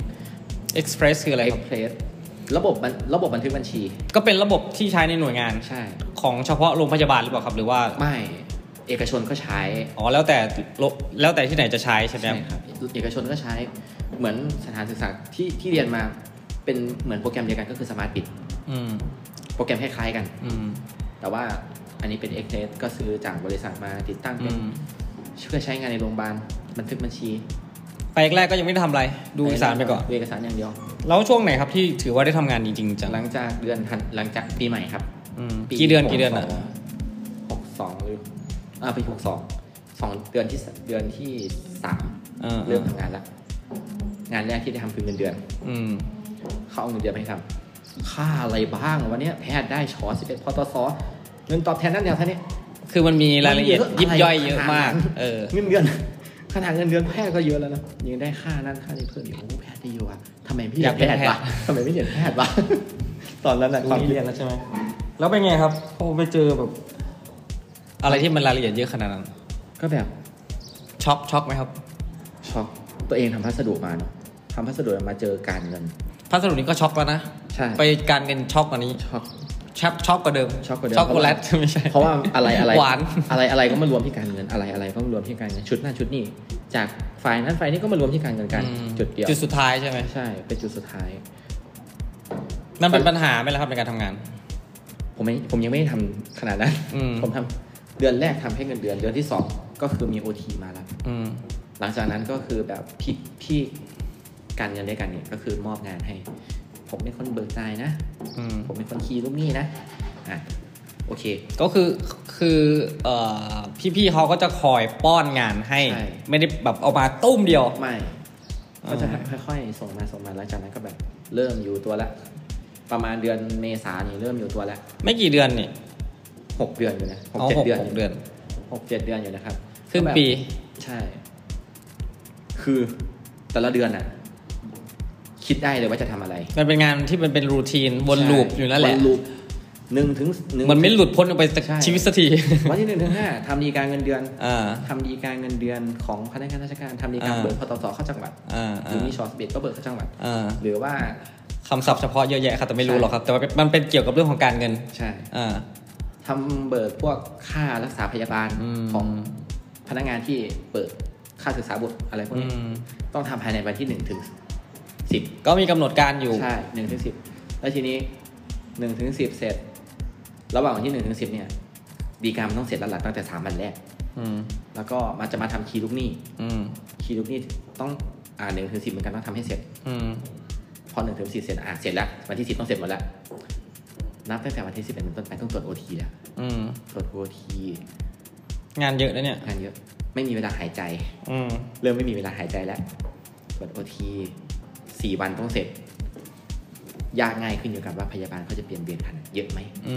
A: Express คืออะไรครับ
B: Excel ระบบมันระบบบันทึกบัญชี
A: ก็เป็นระบบที่ใช้ในหน่วยงาน
B: ใช่
A: ของเฉพาะโรงพยาบาลหรือเปล่าครับ หรือว่า
B: ไม่ เอกชนก็ใช้
A: อ๋อแล้วแต่โรแล้วแต่ที่ไหนจะใช้ใช่ไหมครับ
B: ครับเอกชนก็ใช้เหมือนสถานศึกษาที่ที่เรียนมาเป็นเหมือนโปรแกรมเดียวกันก็คือสมาร์ทบิด
A: อืม
B: โปรแกรมคล้ายๆกัน
A: อืม
B: แต่ว่าอันนี้เป็น Excel ก็ซื้อจากบริษัทมาติดตั้ง
A: อื
B: เป็น
A: ม
B: เพื่อใช้งานในโรงพยาบาลบันทึกบัญชี
A: ไปแรกๆก็ยังไม่ได้ทำอะไร ดูเอกสารไปก่อน
B: ดูเอกสารอย่างเดียว
A: แล้วช่วงไหนครับที่ถือว่าได้ทำงานจริงๆจัง
B: หลังจากเดือนทันหลังจากปีใหม่ครับ
A: อืม
B: ปี
A: กี่เดือนกี่เดือนอ่ะ
B: หกสองหรืออ่าปีหกสองสองเดือนที่สเดือนที่สาม
A: เออ
B: เริ่มทำงานละงานแรกที่ได้ทำคือเงินเดือน
A: อืม
B: เขาเอาเงินเดือนไปให้ทำค่าอะไรบ้างวันเนี้ยแพทย์ได้ชอสิบเอ็ดพอตสเงินตอบแทนนั่นเดียวเท่านี้
A: คือมันมีรายละเอียด
B: มันเยอะ
A: ยิบย่อย
B: อะไร
A: เยอะมาก
B: ขนาดนั้น
A: เออ
B: เงินเดือน ขนาดเงินเดือนแพทย์ก็เยอะแล้วนะยังได้ค่านั่นค่านี้เพิ่มอีกโอ้แพทย์ได้เยอะอะทำไมไม่เรี
A: อย ยาน กเป็
B: แพ
A: น
B: ทย์
A: แพทย์
B: วะทำไมไม่เรียนแพทย์ วะ ตอนนั้นนะความคิด
A: แล้วเป็นไงครับโอ้ไปเจอแบบ อะไรที่มันรายละเอียดเยอะขนาดนั้น
B: ก็แบบ
A: ช็อกช็อกไหมครับ
B: ช็อกตัวเองทำพัสดุมาเนาะทำพัสดุมาเจอการเงิน
A: พัสดุนี้ก็ช็อกแล้วนะ
B: ใช่
A: ไปการเงินช็อกกว่านี้
B: ช็อก
A: ช็อกช็อกกว่าเดิม
B: ช็อกกว่าเดิม
A: ช็อกโกแลตไม่ใช่
B: เพราะว่าอะไรอะไร
A: หวาน
B: อะไรอะไรก็มารวมที่การเงินอะไรอะไรก็มารวมที่การเงินชุดหน้าชุดนี้ จากฝ่ายนั้นฝ่ายนี้ก็มารวมที่การเงินกัน
A: อืม
B: จุดเดียว
A: จุดสุดท้ายใช่ไหม
B: ใช่เป็นจุดสุดท้าย
A: มันเป็นปัญหาไหมล่ะครับในการทำงาน
B: ผมไม่ผมยังไม่ได้ทำขนาดนั้น
A: อืม
B: ผมทำเดือนแรกทำให้เงินเดือนเดือนที่สองก็คือมีโอทีมาแล้ว
A: อืม
B: หลังจากนั้นก็คือแบบพี่พี่การเงินด้วยกันเนี่ยก็คือมอบงานให้ ผมเป็นคนเบิกจ่ายนะ
A: อืม
B: ผมเป็นคนคีย์ลูกหนี้นะอ่ะโอเค
A: ก็คือคือเอ่อพี่ๆเขาก็จะคอยป้อนงานให้
B: ใช่
A: ไม่ได้แบบเอามาตุ้มเดียว
B: ไม่ก็จะค่อยๆ ส่งมาส่งมาหลังจากนั้นก็แบบเริ่มอยู่ตัวละ ประมาณเดือนเมษานี่เริ่มอยู่ตัวละ
A: ไม่กี่เดือนนี่
B: หกเดือนอยู่นะหก
A: เอา
B: เจ็ด
A: หก
B: เดือน
A: หกเดือน
B: หกเจ็ดเดือนอยู่นะครับ
A: ครึ่ง
B: ก็แบบ
A: ปี
B: ใช่ คือแต่ละเดือนน่ะ คิดได้เลยว่าจะทำอะไร
A: มันเป็นงานที่มันเป็นรูทีนวน
B: ใช่
A: ลูปอยู่นั่นแหละ
B: วลูปหนึ่งถึงหง
A: มันไม่หลุดพ้นออกไปจาก
B: ใช่
A: ชีวิตสักที
B: วันที่หนึ่งถึงห้าทำดีการเงินเดือน
A: อ่า
B: ทำดีการเงินเดือนของพนักงานราชการทำดีการ
A: อ่า
B: เบิกพตสเข้าจังหวัด
A: อ่า
B: หรื
A: อ่า
B: อมีชอสเบดก็เบิกเข้าจังหวัด
A: อ่า
B: หรือว่า
A: คำศัพท์เฉพาะเยอะแยะครับแต่ไม่รู้
B: ใช่
A: หรอกครับ แต่ว่ามันเป็นเกี่ยวกับเรื่องของการเงิน
B: ใช่
A: อ่า
B: ทำเบิกพวกค่ารักษาพยาบาล
A: อืม
B: ของพนักงานที่เปิดค่าศึกษาบุตรอะไรพวก
A: อื
B: นี้
A: ม
B: ต้องทำภายในวันที่หนึ่งถึงสิบ
A: ก็มีกำหนดการอยู่
B: ใช่หนึ่งถึงสิบแล้วทีนี้หนึ่งถึงสิบเสร็จ ระหว่างวันที่หนึ่งถึงสิบเนี่ย ดีการมันต้องเสร็จแล้วหลักตั้งแต่สามวันแรก
A: อืม
B: แล้วก็มันจะมาทำคีย์ลูกหนี้
A: อืม
B: คีย์ลูกหนี้ต้องอ่าหนึ่งถึงสิบเหมือนกันต้องทำให้เสร็จ
A: อืม
B: พอหนึ่งถึงสิบเสร็จอ่ะเสร็จแล้ววันที่สิบต้องเสร็จหมดแล้วนับตั้งแต่วันที่สิบเป็นต้นไปต้องตรวจโอทีแล้ว
A: อืม
B: ตรวจโอที
A: งานเยอะนะเนี่ย
B: งานเยอะไม่มีเวลาหายใจ
A: อืม
B: เริ่มไม่มีเวลาหายใจแล้วตรวจโอทีสี่วันต้องเสร็จ ยากง่ายขึ้นอยู่กับว่าพยาบาลเขาจะเปลี่ยนเวรทันเยอะไหม
A: อื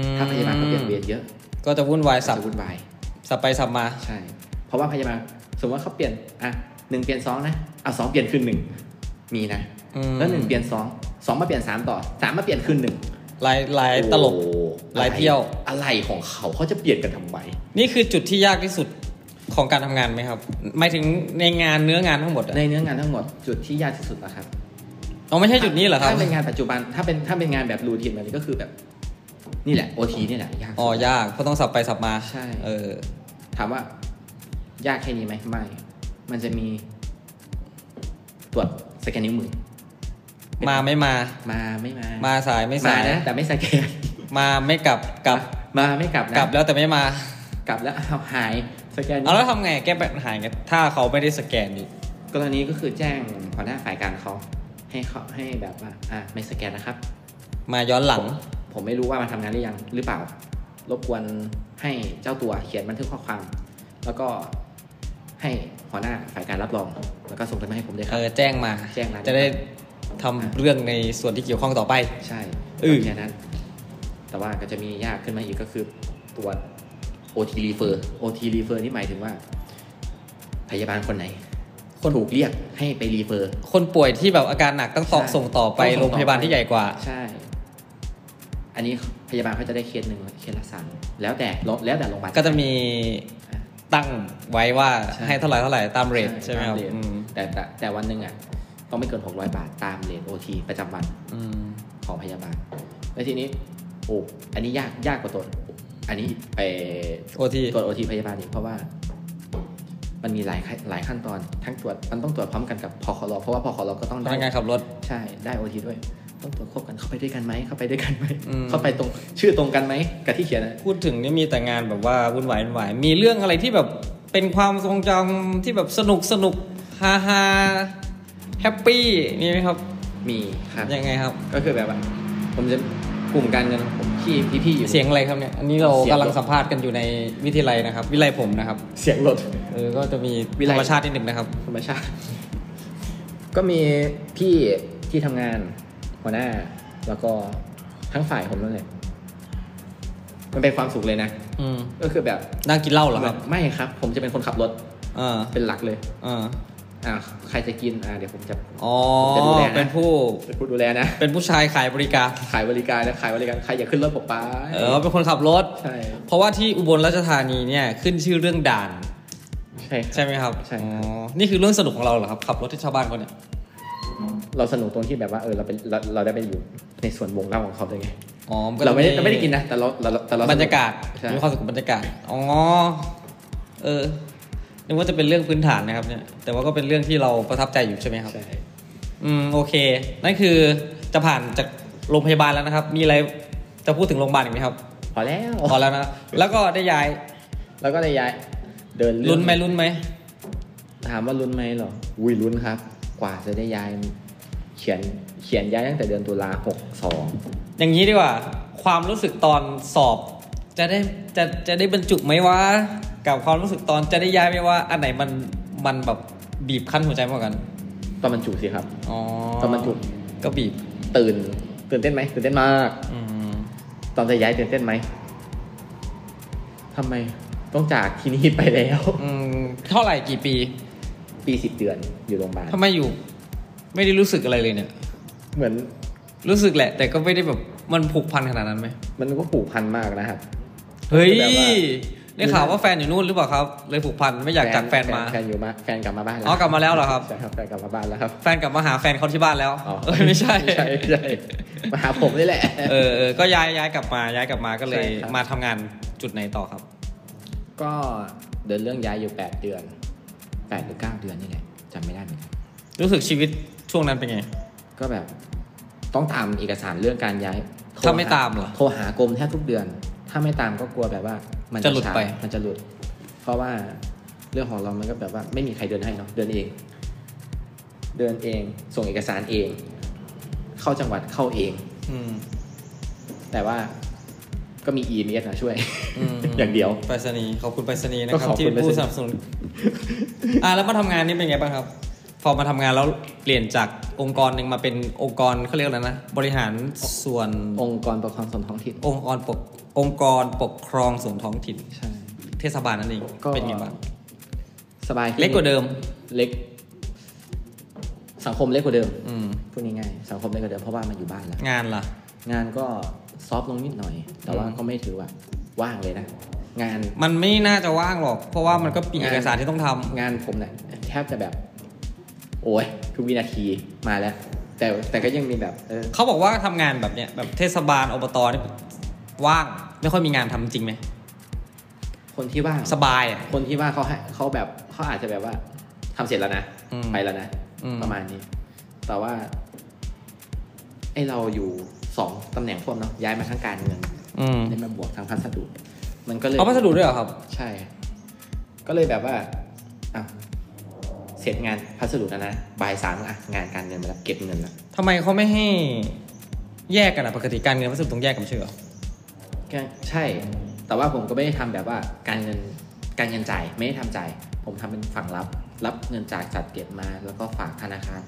A: ม
B: ถ้าพยาบาลเขาเปลี่ยนเวรเยอะ
A: ก็จะวุ่นวายสับ
B: จะวุ่นวาย
A: สับไปสับมา
B: ใช่ เพราะว่าพยาบาลสมมติว่าเขาเปลี่ยนอ่ะหนึ่งเปลี่ยนสองนะเอาสองเปลี่ยนคืนหนึ่งมีนะ
A: อืม
B: แล้วหนึ่งเปลี่ยนสองสองมาเปลี่ยนสามต่อสามมาเปลี่ยนคืนหนึ่ง
A: หลายหลายตลก
B: โอ้โ
A: หลายเที่ยว
B: อะไรของเขาเขาจะเปลี่ยนกันทำไม
A: นี่คือจุดที่ยากที่สุดของการทำงานไหมครับหมายถึงในงานเนื้องานทั้งหมดอะ
B: ในเนื้องานทั้งหมดจุดที่ยากที่สุดนะครับ
A: อ๋อไม่ใช่จุดนี้เหรอครับ
B: ถ้าเป็นงานปัจจุบันถ้าเป็นถ้าเป็นงานแบบรูทีนแบบนี้ก็คือแบบ นี่แหละโอทีนี่แหละยากสุด
A: อ๋อยากเพราะต้องสับไปสับมา
B: ใช่
A: เออ
B: ถามว่ายากแค่นี้ไหมไม่ มันจะมีตรวจสแกนนิ้วมือ
A: มาไม่มา
B: มาไม่มา
A: มาสายไม่สาย
B: นะแต่ไม่สแกน
A: มาไม่กลับกลับ
B: มาไม่กลับนะ
A: กลับแล้วแต่ไม่มาก
B: ลับแล้วเอาหายสแกน
A: เอาแล้วทำไงแก้ปัญหาไงถ้าเขาไม่ได้สแกนนี่
B: กรณีก็คือแจ้งหัวหน้าฝ่ายการเขาให้เขาให้แบบว่าอ่ะไม่สแกนนะครับ
A: มาย้อนหลัง
B: ผมไม่รู้ว่ามันทำงานหรือยังหรือเปล่า รบกวนให้เจ้าตัวเขียนบันทึกข้อความ แล้วก็ให้หัวหน้าฝ่ายการรับรอง แล้วก็ส่งไปมาให้ผมด้วย
A: เอ
B: ครับ
A: อแจ้งมา
B: แจ้งมา
A: จะได้ทำเรื่องในส่วนที่เกี่ยวข้องต่อไป
B: ใช่
A: อืม
B: แค่นั้น แต่ว่าก็จะมียากขึ้นมาอีกก็คือตัว OT refer OT refer นี่หมายถึงว่า พยาบาลคนไหน คนถูกเรียกให้ไป refer
A: คนป่วยที่แบบอาการหนักต้องต่อ
B: ใช่
A: ส่งต่อไป
B: ต้องส่งต่อ
A: โรงพยาบาลที่ใหญ่กว่า
B: ใช่ อันนี้พยาบาลเขาจะได้เคสหนึ่งเคสละสามแล้วแต่โรงแล้วแต่โรงพยาบาล
A: ก็จะมีตั้งไว้ว่า
B: ใช่
A: ให้เท่าไหร่เท่าไหร่ตามเรทใช่ไหมค
B: ตา
A: รับ
B: เท
A: อืม
B: แต่แต่แต่วันหนึ่งอ่ะต้องไม่เกิน 600 บาทตามเรทโอทีประจำวัน
A: อืม
B: ของพยาบาล แล้วทีนี้โอ้อันนี้ยากยากกว่าตัวอันนี้ไอ
A: โอที
B: ตรวจโอทีพยาบาลอีกเพราะว่า มันมีหลายขั้นหลายขั้นตอน ทั้งตรวจมันต้องตรวจพร้อมกันกับพอคอรเพราะว่าพอคอรก็ต้อง
A: พ
B: ได้
A: นักงานขับรถ
B: ใช่ได้โอทีด้วย ต้องตรวจควบกันเข้าไปด้วยกันไหมเข้าไปด้วยกันไหม
A: อืม
B: เข้าไปตรงชื่อตรงกันไหมกับที่เขียนอะ
A: พูดถึงนี่มีแต่งานแบบว่าวุ่นวายวุ่นวายมีเรื่องอะไรที่แบบเป็นความทรงจำที่แบบสนุกสนุกฮาฮาแฮปปี้มีไหมครับ
B: มีครับ
A: ยังไงครับ
B: ก็คือแบบว่าผมจะกลุ่มการเงินของผมที่พี่ๆอยู่
A: เสียงอะไรครับเนี่ยอันนี้เรา
B: เสียง
A: กำลังสัมภาษณ์กันอยู่ในวิทยาลัยนะครับ วิทยาลัยผมนะครับ
B: เสียงหลด
A: เออก็จะมี
B: วิทยาลั
A: ธรร
B: ย
A: มชาตินิดหนึ่งนะครับ
B: ธรรมชาติ ก็มีพี่ที่ทำงานหัวหน้า แล้วก็ทั้งฝ่ายผมนั่นแหละมันเป็นความสุขเลยนะ
A: อืม
B: ก็คือแบบ
A: นั่งกินเหล้าเหรอครับ
B: ไม่ครับ ผมจะเป็นคนขับรถ
A: เออ
B: เป็นหลักเลย
A: เออ
B: อ่าใครจะกินอ่าเดี๋ยวผมจะ
A: อ๋อ
B: ผมจะดูแลนะ
A: เป็นผู้
B: เป็นผู้ดูแลนะ
A: เป็นผู้ชายขายบริการ
B: ขายบริการนะขายบริการใครอยากขึ้นรถผมไป
A: เออเป็นคนขับรถ
B: ใช่
A: เพราะว่าที่อุบลราชธานีเนี่ยขึ้นชื่อเรื่องด่าน
B: ใช่
A: ใช่ไหมครับ
B: ใช่
A: อ๋
B: ครั
A: อบ นี่คือเรื่องสนุกของเราเหรอครับขับรถที่ชาวบ้านเขาเนี่ย
B: เราสนุกตรงที่แบบว่าเออเราเป็นเราเราได้ไปอยู่ในส่วนวงเล่าของเขาด้วยไง
A: อ๋อมันก็
B: เราไม่ได้เราไม่ได้กินนะ แต่เราเราแต่เรา
A: บรรยากาศ
B: ใช่
A: มีความสุขกับบรรยากาศ อ๋อ เออ นึกว่าจะเป็นเรื่องพื้นฐานนะครับเนี่ย แต่ว่าก็เป็นเรื่องที่เราประทับใจอยู่ใช่ไหมครับ
B: ใช่
A: อืม โอเค นั่นคือจะผ่านจากโรงพยาบาลแล้วนะครับ มีอะไรจะพูดถึงโรงพยาบาลอีกไหมครับ
B: พอแล้ว
A: พอแล้วนะ แล้วก็ได้ย้าย
B: แล้วก็ได้ย้าย เดินเรื่อง
A: ลุ้นไหมลุ้นไหม
B: ถามว่าลุ้นไหมเหรออุ้ยลุ้นครับ กว่าจะได้ย้าย เขียนเขียนย้ายตั้งแต่เดือนตุลาหกสอง
A: อย่างนี้ดีกว่า ความรู้สึกตอนสอบ จะได้จะจะได้บรรจุไหมวะ กับความรู้สึกตอนจะได้ย้ายไหมว่า อันไหนมันมันแบบบีบคั้นหัวใจมากกว่ากัน
B: ตอนบรรจุสิครับ
A: อ๋อ
B: ตอนบรรจุ
A: ก็บีบ
B: ตื่น ตื่นเต้นไหมตื่นเต้นมาก
A: อืม
B: ตอนจะย้ายตื่นเต้นไหมทำไมต้องจากที่นี่ไปแล้ว
A: อืมเท่าไหร่กี่ปี
B: ปีสิบเดือนอยู่โรงพยาบาล
A: ทำไมอยู่ ไม่ได้รู้สึกอะไรเลยเนี่ย
B: เหมือน
A: รู้สึกแหละ แต่ก็ไม่ได้แบบมันผูกพันขนาดนั้นไหม
B: มันก็ผูกพันมากนะครับ
A: เฮ้ย
B: แบบว่า
A: ได้ข่าวว่าแฟนอยู่นู่นหรือเปล่าครับ เลยผูกพันไม่อยากจากแฟนมา
B: แฟนอยู่มาแฟนกลับมาบ้าน
A: อ๋อกลับมาแล้วเหรอครับ
B: ใช่ครับแฟนกลับมาบ้านแล้วครับ
A: แฟนกลับมาหาแฟนเขาที่บ้านแล้ว
B: อ๋อ
A: เอ้ยไม่ใช่
B: ไม่ใช่ไม่ใช่มาหาผมนี่แหละ
A: เออเออก็ย้ายย้ายกลับมาย้ายกลับมาก็เลย
B: ใช่ครับ
A: มาทำงานจุดไหนต่อครับ
B: ก็เดินเรื่องย้ายอยู่ 8 เดือน 8 หรือ 9 เดือนนี่แหละจำไม่ได้เหมือนกัน
A: รู้สึกชีวิตช่วงนั้นเป็นไง
B: ก็แบบต้องตามเอกสารเรื่องการย้าย
A: ถ้าไม่ตามเหรอ
B: โทรหากรมแทบทุกเดือน ถ้าไม่ตามก็กลัวแบบว่า มัน
A: จะหลุด
B: ช้า
A: ไป
B: มันจะหลุด เพราะว่าเรื่องของเรามันก็แบบว่าไม่มีใครเดินให้เนาะเดินเอง เดินเอง ส่งเอกสารเอง เข้าจังหวัดเข้าเอง
A: อืม
B: แต่ว่าก็มี EMS นะช่วย
A: ม
B: อย่างเดียว
A: ไปรษณีย์ขอบคุณไปรษณีย์นะค
B: ก็
A: รับ
B: ขอบ
A: ที่
B: คุณ
A: เป็นผู้
B: ไปรษณีย์
A: สนับสนุน อ่ะแล้วมาทำงานนี่เป็นไงบ้างครับ พอมาทำงานแล้วเปลี่ยนจากองค์กรหนึ่งมาเป็นองค์กรเขาเรียกอะไรนะบริหารส่วน
B: องค์กรปกครองส่วนท้องถิ่น
A: องค์กรปกองค์กรปกครองส่วนท้องถิ่น
B: ใช่
A: เทศบาลนั่นเองเป็นไงบ้าง
B: สบายขึ้น
A: เล็กกว่าเดิม
B: เล็ก สังคมเล็กกว่าเดิม
A: อืม
B: พูดง่ายๆสังคมเล็กกว่าเดิมเพราะว่ามันอยู่บ้านแล้ว
A: งานล่ะ
B: งานก็ซอฟต์ลงนิดหน่อย แต่ว่า
A: อืม
B: ก็ไม่ถือว่าว่างเลยนะ งาน
A: มันไม่น่าจะว่างหรอก เพราะว่ามันก็มีเอกสารที่ต้องทำ
B: งานผมเนี่ยแทบจะแบบ โอ้ยทุกวินาทีมาแล้ว แต่แต่ก็ยังมีแบบ เออ
A: เขาบอกว่าทำงานแบบเนี้ยแบบเทศบาลอบตนี่ว่างไม่ค่อยมีงานทำจริงไหม
B: คนที่ว่าง
A: สบายอ่ะ
B: คนที่ว่างเขาให้เขาแบบเขาอาจจะแบบว่าทำเสร็จแล้วนะ
A: อืม
B: ไปแล้วนะ
A: อืม
B: ประมาณนี้ แต่ว่าไอเราอยู่สองตำแหน่งควบเนาะย้ายมาทั้งการเงิน
A: อืม
B: ได้มาบวกทางพัสดุ มันก็เลย
A: เอาพัสดุด้วยเหรอครับ
B: ใช่ ก็เลยแบบว่าอ้าวเสร็จงานพัสดุแล้วนะบ่ายสามอะงานการเงินมาแล้วเก็บเงินแล้ว
A: ทำไมเขาไม่ให้ แยกกันอะปกติการเงินวัสดุต้องแยกกันไม่ใช่เหรอ
B: ก็ใช่ แต่ว่าผมก็ไม่ได้ทำแบบว่าการเงินการเงินจ่ายไม่ได้ทำจ่าย ผมทำเป็นฝั่งรับ รับเงินจากจัดเก็บมา แล้วก็ฝากธนาคาร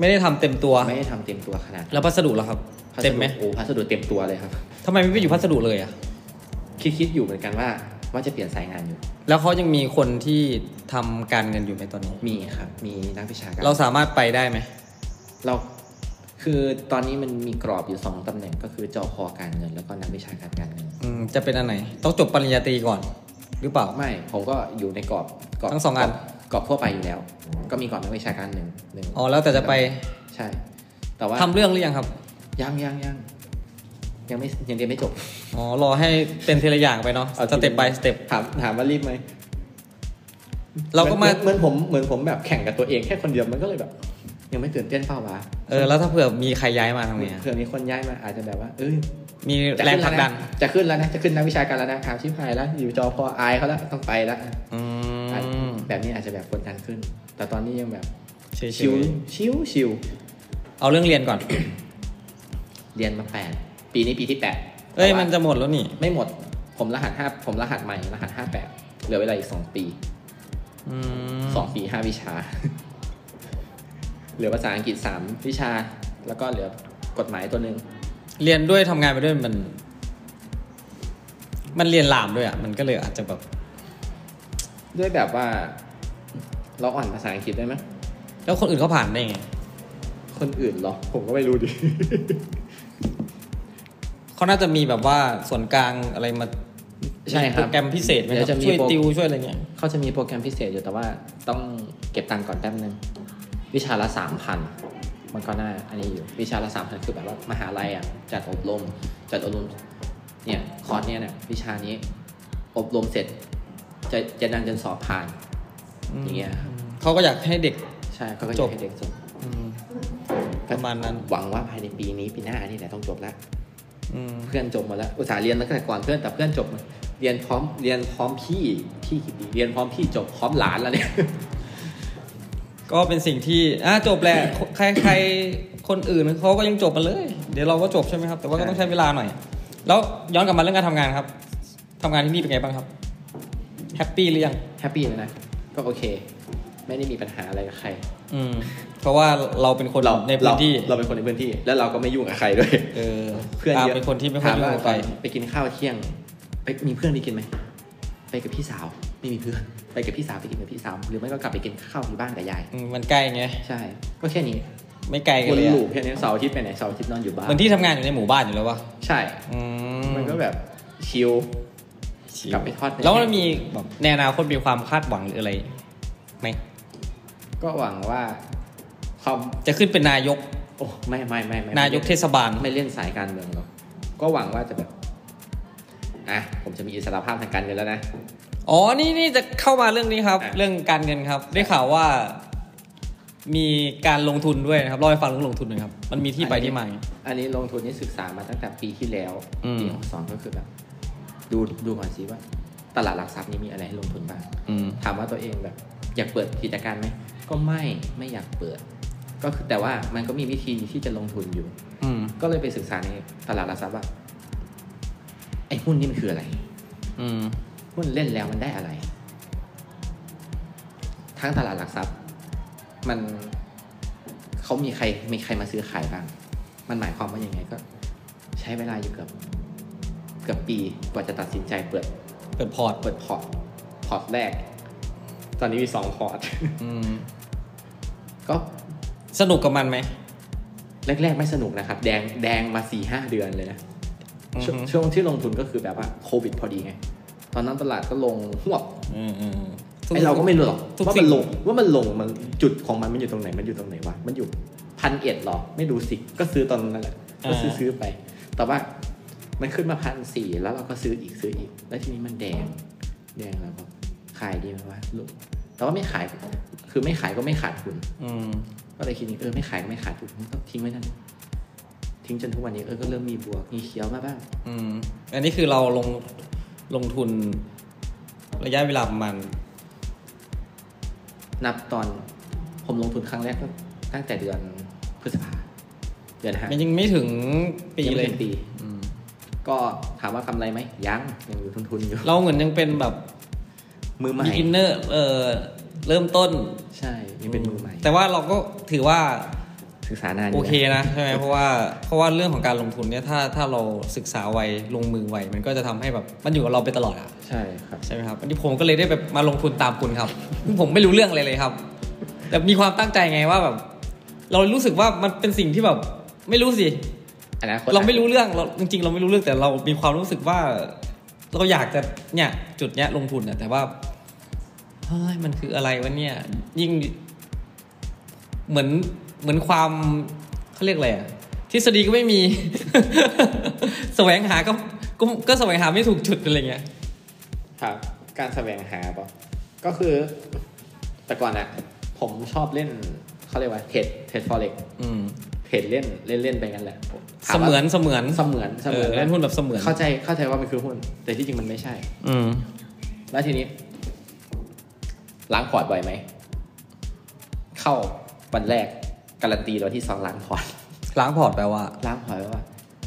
A: ไม่ได้ทำเต็มตัว
B: ไม่ได้ทำเต็มตัวขนาด
A: แล้วพัสดุล่ะครับ
B: พัสดุ
A: เต็มไหม
B: โอ้พัสดุเต็มตัวเลยครับ
A: ทำไมไม่ไปอยู่พัสดุเลยอะ
B: คิดคิดอยู่เหมือนกันว่าว่าจะเปลี่ยนสายงานอยู่
A: แล้วเขายังมีคนที่ทำการเงินอยู่ไหมตอนนี้
B: มีครับ มีนักวิชาการ
A: เราสามารถไปได้ไหม
B: เราคือตอนนี้มันมีกรอบอยู่สองตำแหน่งก็คือจอคอการเงิน แล้วก็นักวิชาการการเงิน
A: อืมจะเป็นอันไหน ต้องจบปริญญาตรีก่อน หรือเปล่า
B: ไม่ผมก็อยู่ในกรอบกรอบ
A: ทั้งสองอัน
B: กรอบทั่วไปอยู่แล้ว ก็มีกรอบนักวิชาการหนึ่งหนึ่ง
A: อ๋อแล้วแต่จะไป
B: ใช่ แต่ว่า
A: ทำเรื่องหรือยังครับ
B: ยังยังยังยังไม่ยังเรียนไม่จบ
A: อ๋อรอให้เป็นทีละอย่างไปเนาะสเต็ปไปสเต็ป
B: ถามถามว่ารีบไหม
A: เราก็มา
B: เหมือนเหอนผมเหมือนผมแบบแข่งกับตัวเองแค่คนเดียวมันก็เลยแบบ ยังไม่ตื่นเต้นเปล่าวะ
A: เออแล้วถ้าเผื่อมีใครย้ายมาทำไงอะ
B: เผื่อมีคนย้ายมาอาจจะแบบว่าเอ้ย
A: มี
B: จะ
A: แรง
B: ขึ้น
A: ผ
B: แล้
A: ลัก
B: วนะ
A: ดัน
B: จะขึ้นแล้วนะ จะขึ้นนักวิชาการแล้วนะอาชิพายแล้ว อยู่จอพออายเขาแล้วต้องไปแล้ว
A: อืม
B: แบบนี้อาจจะแบบกดดันขึ้น แต่ตอนนี้ยังแบบ
A: เฉย
B: ชิวชิวชิว
A: ๆเอาเรื่องเรียนก่อน
B: เรียนมาแปดปีนี้ปีที่แปด
A: เอ้ย
B: แต่ว่า
A: มันจะหมดแล้วนี่
B: ไม่หมด ผมรหัสห้าผมรหัสใหม่รหัสห้าแปดเหลือเวลาอีกสองปี
A: อืม
B: สองปีห้าวิชา เหลือภาษาอังกฤษสามวิชา แล้วก็เหลือกฎหมายตัวหนึ่ง
A: เรียนด้วยทำงานไปด้วยมัน มันเรียนหลามด้วยอ่ะ มันก็เลยอาจจะแบบ
B: ด้วยแบบว่า เราอ่อนภาษาอังกฤษได้ไหม
A: แล้วคนอื่นเขาผ่านได้ไง
B: คนอื่นเหรอ ผมก็ไม่รู้ดิ
A: เขาน่าจะมีแบบว่าส่วนกลางอะไรมา
B: ใช่ค
A: โป
B: รับ
A: รแกรมพิเศษไหมครั
B: เดี๋ยวจะ
A: บ
B: มี
A: ช่วย
B: โปร
A: ติวช่วยอะไรเงี้ย
B: เขาจะมีโปรแกรมพิเศษอยู่แต่ว่าต้องเก็บตังค์ก่อนแป๊บนึง วิชาละสามพันมันก็น่าอันนี้อยู่วิชาละสามพันคือแบบว่ามหาลัยอ่ะจัดอบรมจัดอบรมเนี่ยคอร์สเนี่ยเนี่ยวิชานี้อบรมเสร็จ จะจะนำจนสอบผ่าน อย่างเงี้ยครับ
A: เขาก็อยากให้เด็ก
B: ใช่เขาก็
A: จ
B: จะ
A: บ
B: ให้เด็กจบ
A: อืม ประมาณนั้น
B: หวังว่าภายในปีนี้ปีหน้านี่แหละต้องจบแล้ว
A: อืม
B: เพื่อนจบหมดแล้วอุตส่าห์เรียนมาตั้งแต่ก่อนเพื่อนแต่เพื่อนจบเรียนพร้อมเรียนพร้อมพี่พี่กี่ปีเรียนพร้อมพี่จบพร้อมหลานแล้วเนี่ย
A: ก็เป็นสิ่งที่อ่ะจบแหละใครใครคนอื่นเขาก็ยังจบมาเลย เดี๋ยวเราก็จบใช่ไหมครับ แต่ว่าก็ต้องใช้เวลาหน่อย แล้วย้อนกลับมาเรื่องการทำงานครับทำงานที่นี่เป็นไงบ้างครับแฮปปี้หรือยัง
B: แฮปปี้เลยนะ ก็โอเค ไม่ได้มีปัญหาอะไรกับใคร
A: อืม เพราะว่าเราเป็นคนในพื้นที่
B: เราเป็นคนในพื้นที่ แล้วเราก็ไม่ยุ่งกับใครด้วย
A: เออ
B: เพื่อน
A: ตาม
B: เยอะ
A: เป็นคนที่ไม่ค่อย
B: ถา
A: ยุ่ง
B: ว่า
A: กับใคร
B: ตอนไปกินข้าวเที่ยง ไปมีเพื่อนไปกินไหมไปกับพี่สาวไม่มีเพื่อนไปกับพี่สาวไปกินกับพี่สาวหรือไม่ก็กลับไปกินข้าวที่บ้านกับยาย
A: อืมมันใกล้ไง
B: ใช่ ก็แค่นี้
A: ไม่ไกลกัน
B: วน
A: เลย
B: ลู
A: อะ
B: ปแค่นี้เสาร์อาทิตย์ไปไหนเสาร์อาทิตย์นอนอยู่บ้าน
A: เหมือนที่ทำงานอยู่ในหมู่บ้านอยู่แล้ววะ
B: ใช่
A: อืม
B: มันก็แบบชิล กลับไปทอด
A: แล้วมันมีแบบในอนาคตมีความคาดหวังหรืออะไรไหม
B: ก็หวังว่าคอม
A: จะขึ้นเป็นนายก
B: โอ้ไม่ไม่ไม่ไม่
A: นายกเทศบาล
B: ไม่เล่นสายการเมืองหรอก ก็หวังว่าจะแบบ อ่ะ ผมจะมีอิสรภาพทางการเงินแล้วนะ
A: อ๋อ นี่นี่จะเข้ามาเรื่องนี้ครับ
B: อ่ะ
A: เรื่องการเงินครับ ได้ข่าวว่า มีการลงทุนด้วยนะครับเล่าให้ฟังเรื่องลงทุนหน่อยครับ มันมีที่ไปที่มา
B: อันนี้ลงทุนนี่ศึกษามาตั้งแต่ปีที่แล้ว
A: อืม
B: ปีหกสองก็คือแบบ ดูดูก่อนสิว่า ตลาดหลักทรัพย์นี้มีอะไรให้ลงทุนบ้าง
A: อืม
B: ถามว่าตัวเองแบบ อยากเปิดกิจการไหม ก็ไม่ ไม่อยากเปิด ก็คือแต่ว่ามันก็มีวิธีที่จะลงทุนอยู่
A: อืม
B: ก็เลยไปศึกษาในตลาดหลักทรัพย์ว่า ไอ้หุ้นนี่มันคืออะไร
A: อืม
B: หุ้นเล่นแล้วมันได้อะไร ทั้งตลาดหลักทรัพย์ มันเขามีใครมีใครมาซื้อขายบ้าง มันหมายความว่ายังไงก็ ใช้เวลาอยู่เกือบเกือบปีกว่าจะตัดสินใจเปิด
A: เปิดพอร์ต
B: เปิดพอร์ตพอร์ตแรก ตอนนี้มีสองพอร์ต
A: อืม
B: ก็
A: สนุกกับมันไหม
B: แรก ๆ ไม่สนุกนะครับ แดงแดงมาสี่ห้าเดือนเลยนะ
A: อืม
B: ช่วงช่วงที่ลงทุนก็คือแบบว่าโควิดพอดีไง ตอนนั้นตลาดก็ลงหวบ
A: อืมอืม
B: ไอเราก็ไม่รู้หรอก
A: ทุก
B: ว่า
A: สิ่
B: มัน
A: ง
B: ลงว่ามันลงมันจุดของมันมันอยู่ตรงไหนมันอยู่ตรงไหนวะมันอยู่พันเอ็ดหรอ ไม่รู้สิก็ซื้อตอนนั้นแหละก็ซื้อซื้อไป แต่ว่ามันขึ้นมาพันสี่แล้วเราก็ซื้ออีกซื้ออีก แล้วทีนี้มันแดง แดงแล้วก็ขายดีไหมวะลูกแต่ว่าไม่ขายคือไม่ขายก็ไม่ขาดทุน
A: อืม
B: ก็เลยคิดนี่เออไม่ขายก็ไม่ขาดทุนก็ทิ้งไว้นั่นทิ้งจนทุกวันนี้เออก็เริ่มมีบวกมีเขียวมาบ้าง
A: อืม อันนี้คือเราลงลงทุนระยะเวลาประมาณ
B: นับตอนผมลงทุนครั้งแรกก็ตั้งแต่เดือนพฤษภา เดือนห้า
A: มันยังไม่ถึงปี
B: ง
A: เล
B: ไม่
A: ย
B: ถึงปีอืมก็ถามว่ากำไรไหมยังยังอยู่ทุน ๆอยู่
A: เราเหมือนยังเป็นแบบ
B: มือใหม่
A: beginner เออเริ่มต้น
B: ใช่ยังเป็นมือใหม่
A: แต่ว่าเราก็ถือว่า
B: ศึกษานานยู่
A: โอเคนะใช่ไหมเพราะว่าเพราะว่าเรื่องของการลงทุนเนี่ยถ้าถ้าเราศึกษาไวลงมือไวมันก็จะทำให้แบบมันอยู่กับเราไปตลอดอะ
B: ใช่ครับ
A: ใช่ไหมครับอันนี้ผมก็เลยได้แบบมาลงทุนตามคุณครับ ผมไม่รู้เรื่องอะไรเลยครับ แต่มีความตั้งใจไงว่าแบบ เรารู้สึกว่ามันเป็นสิ่งที่แบบ ไม่รู้สิ
B: อนาคต
A: เราไม่รู้เรื่องเราจริง ๆ เราไม่รู้เรื่องแต่เรามีความรู้สึกว่า เราอยากจะเนี่ยจุดเนี้ยลงทุนเนี่ยแต่ว่าเฮ้ยมันคืออะไรวะเนี่ย ยิ่ง เหมือนเหมือนความเขาเรียกอะไรอะทฤษฎีก็ไม่มี แสวงหาก็ก็ก็แสวงหาไม่ถูกจุดอะไรเงี้ย
B: ครับ การแสวงหาปะก็คือแต่ก่อนอะผมชอบเล่นเขาเรียกว่าเทรดเทรดฟอเร็ก
A: อืม
B: เทรดเล่นเล่นเล่นๆไปงั้นแหละผมถา
A: เส
B: ว่า
A: มือนเสมือน
B: เสมือนเส
A: เอ
B: มื
A: อ
B: อน
A: เล่นหุ้นแบบเสมือน
B: เข้าใจเข้าใจว่ามันคือหุ้น แต่ที่จริงมันไม่ใช่
A: อืม
B: แล้วทีนี้ ล้างพอร์ตบ่อยไหม เข้าวันแรก การันตีวันที่สองล้างพอร์ต
A: ล้างพอร์ตแปลว่า
B: ล้างพอร์ตว่า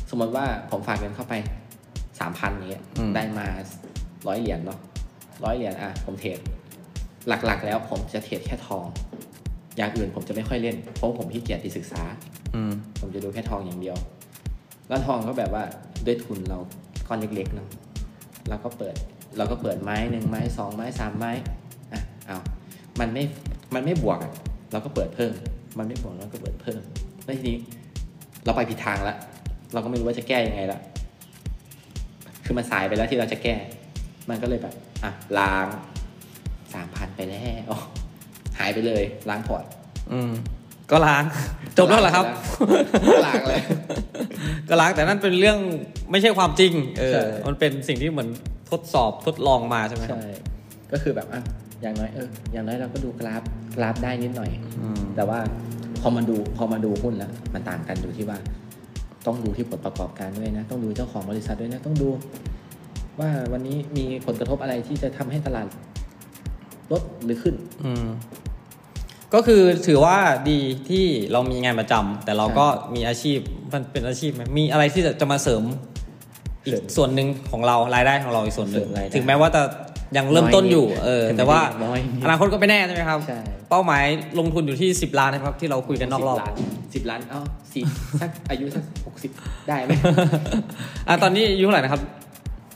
B: สมมติว่าผมฝากเงินเข้าไปสามพันนี้ย
A: อืม
B: ได้มาร้อยเหรียญเนาะร้อยเหรียญอ่ะ ผมเทรดหลักๆ แล้วผมจะเทรดแค่ทอง อย่างอื่นผมจะไม่ค่อยเล่น เพราะผมขี้เกียจไปศึกษา
A: อืม
B: ผมจะดูแค่ทองอย่างเดียว แล้วทองก็แบบว่าด้วยทุนเราก้อนเล็กๆเนาะเราก็เปิด เราก็เปิดไม้หนึ่งไม้สองไม้สามไม้อ่ะเอามันไม่มันไม่บวกอะเราก็เปิดเพิ่ม มันไม่บวกเราก็เปิดเพิ่มแล้วทีนี้ เราไปผิดทางละเราก็ไม่รู้ว่าจะแก้ยังไงละคือมันสายไปแล้วที่เราจะแก้ มันก็เลยแบบอ่ะล้างสามพันไปแล้วหายไปเลย ล้างพอร์ต
A: อืมก็ล้าง จบแล้วเหรอครับ
B: ล้างเลย
A: ก็ล้างแต่นั่นเป็นเรื่องไม่ใช่ความจริง เอ
B: ใช่
A: อ มันเป็นสิ่งที่เหมือนทดสอบทดลองมาใช่ไหมครับ
B: ใช่ ก็คือแบบอ่ะอย่างน้อยเออ อย่างน้อยเราก็ดูกราฟ กราฟได้นิดหน่อย
A: อืม
B: แต่ว่าพอมาดู พอมาดูหุ้นแล้ว มันต่างกันอยู่ที่ว่า ต้องดูที่ผลประกอบการด้วยนะ ต้องดูเจ้าของบริษัทด้วยนะ ต้องดู ว่าวันนี้มีผลกระทบอะไรที่จะทำให้ตลาดลดหรือขึ้น
A: อืมก็คือถือว่าดีที่เรามีงานประจำแต่เราก็มีอาชีพมันเป็นอาชีพไหมมีอะไรที่จะจะมาเสริม อีก
B: เสริม
A: ส่วนหนึ่งของเรารายได้ของเราอีกส่วนหนึ่ง
B: เสริมรายได้
A: ถึงแม้ว่าจะยังเริ่มต้นอยู่ เออ
B: ถึงแม้
A: แต่ว่า
B: น้อยนิด
A: อนาคตก็ไม่แน่ใช่ไหมครับ
B: ใช่
A: เป้าหมายลงทุนอยู่ที่ 10 ล้านนะครับ ที่เราคุยกันนอกรอบ
B: สิล้านสิบล้าน เอ้าสี่สักอายุสักหกสิบได้ไหม
A: อ่ะตอนนี้อายุเท่าไหร่นะครับ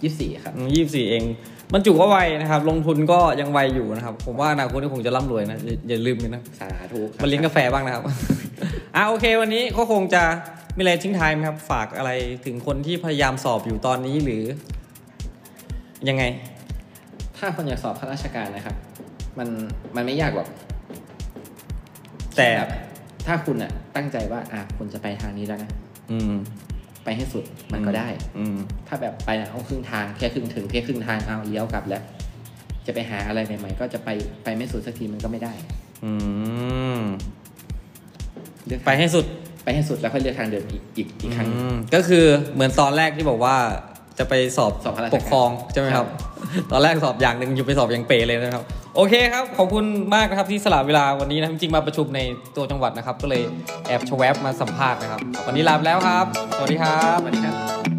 B: ยี่สิบสี่ครับ
A: ยี่สิบสี่เอง มันจุก็ไวนะครับ ลงทุนก็ยังไวอยู่นะครับ ผมว่าอนาคตนี่คงจะร่ำรวยนะอย่าอย่าลืมกันนะ
B: สาธุครับ
A: มาเลี้ยงกาแฟบ้างนะครับ อ่ะโอเค วันนี้ก็คงจะมีอะไรทิ้งท้ายไหมครับ ฝากอะไรถึงคนที่พยายามสอบอยู่ตอนนี้หรือ ยังไง
B: ถ้าคนอยากสอบข้าราชการนะครับ มันมันไม่ยากหรอก
A: แต่
B: บบถ้าคุณอ่ะ ตั้งใจว่า อ่ะคุณจะไปทางนี้แล้วนะ
A: อืม
B: ไปให้สุดมันก็ได้
A: อืม
B: ถ้าแบบไปอ่ะเอาครึ่งทางแค่ครึ่งถึงแค่ครึ่งทางเอาเลี้ยวกลับแล้ว จะไปหาอะไรใหม่ๆก็จะไปไปไม่สุดสักทีมันก็ไม่ได้
A: อืม
B: เลือก
A: ไปให้สุด
B: ไปให้สุดแล้วค่อยเลือกทางเดิมอีกอีกอีกครั้งหนึ่ง
A: อืมก็คือเหมือนตอนแรกที่บอกว่าจะไปสอบ
B: สอบข้าราชการ
A: ปกครองใช่ไหมครับ ตอนแรกสอบอย่างหนึ่งอยู่ไปสอบอย่างเป๋เลยนะครับ โอเคครับ ขอบคุณมากนะครับที่สละเวลาวันนี้นะจริงๆมาประชุมในตัวจังหวัดนะครับ ก็เลยแอบชะแวบมาสัมภาษณ์นะครับ วันนี้ลาไปแล้วครับ สวัสดีครับ
B: สวัสดีครับ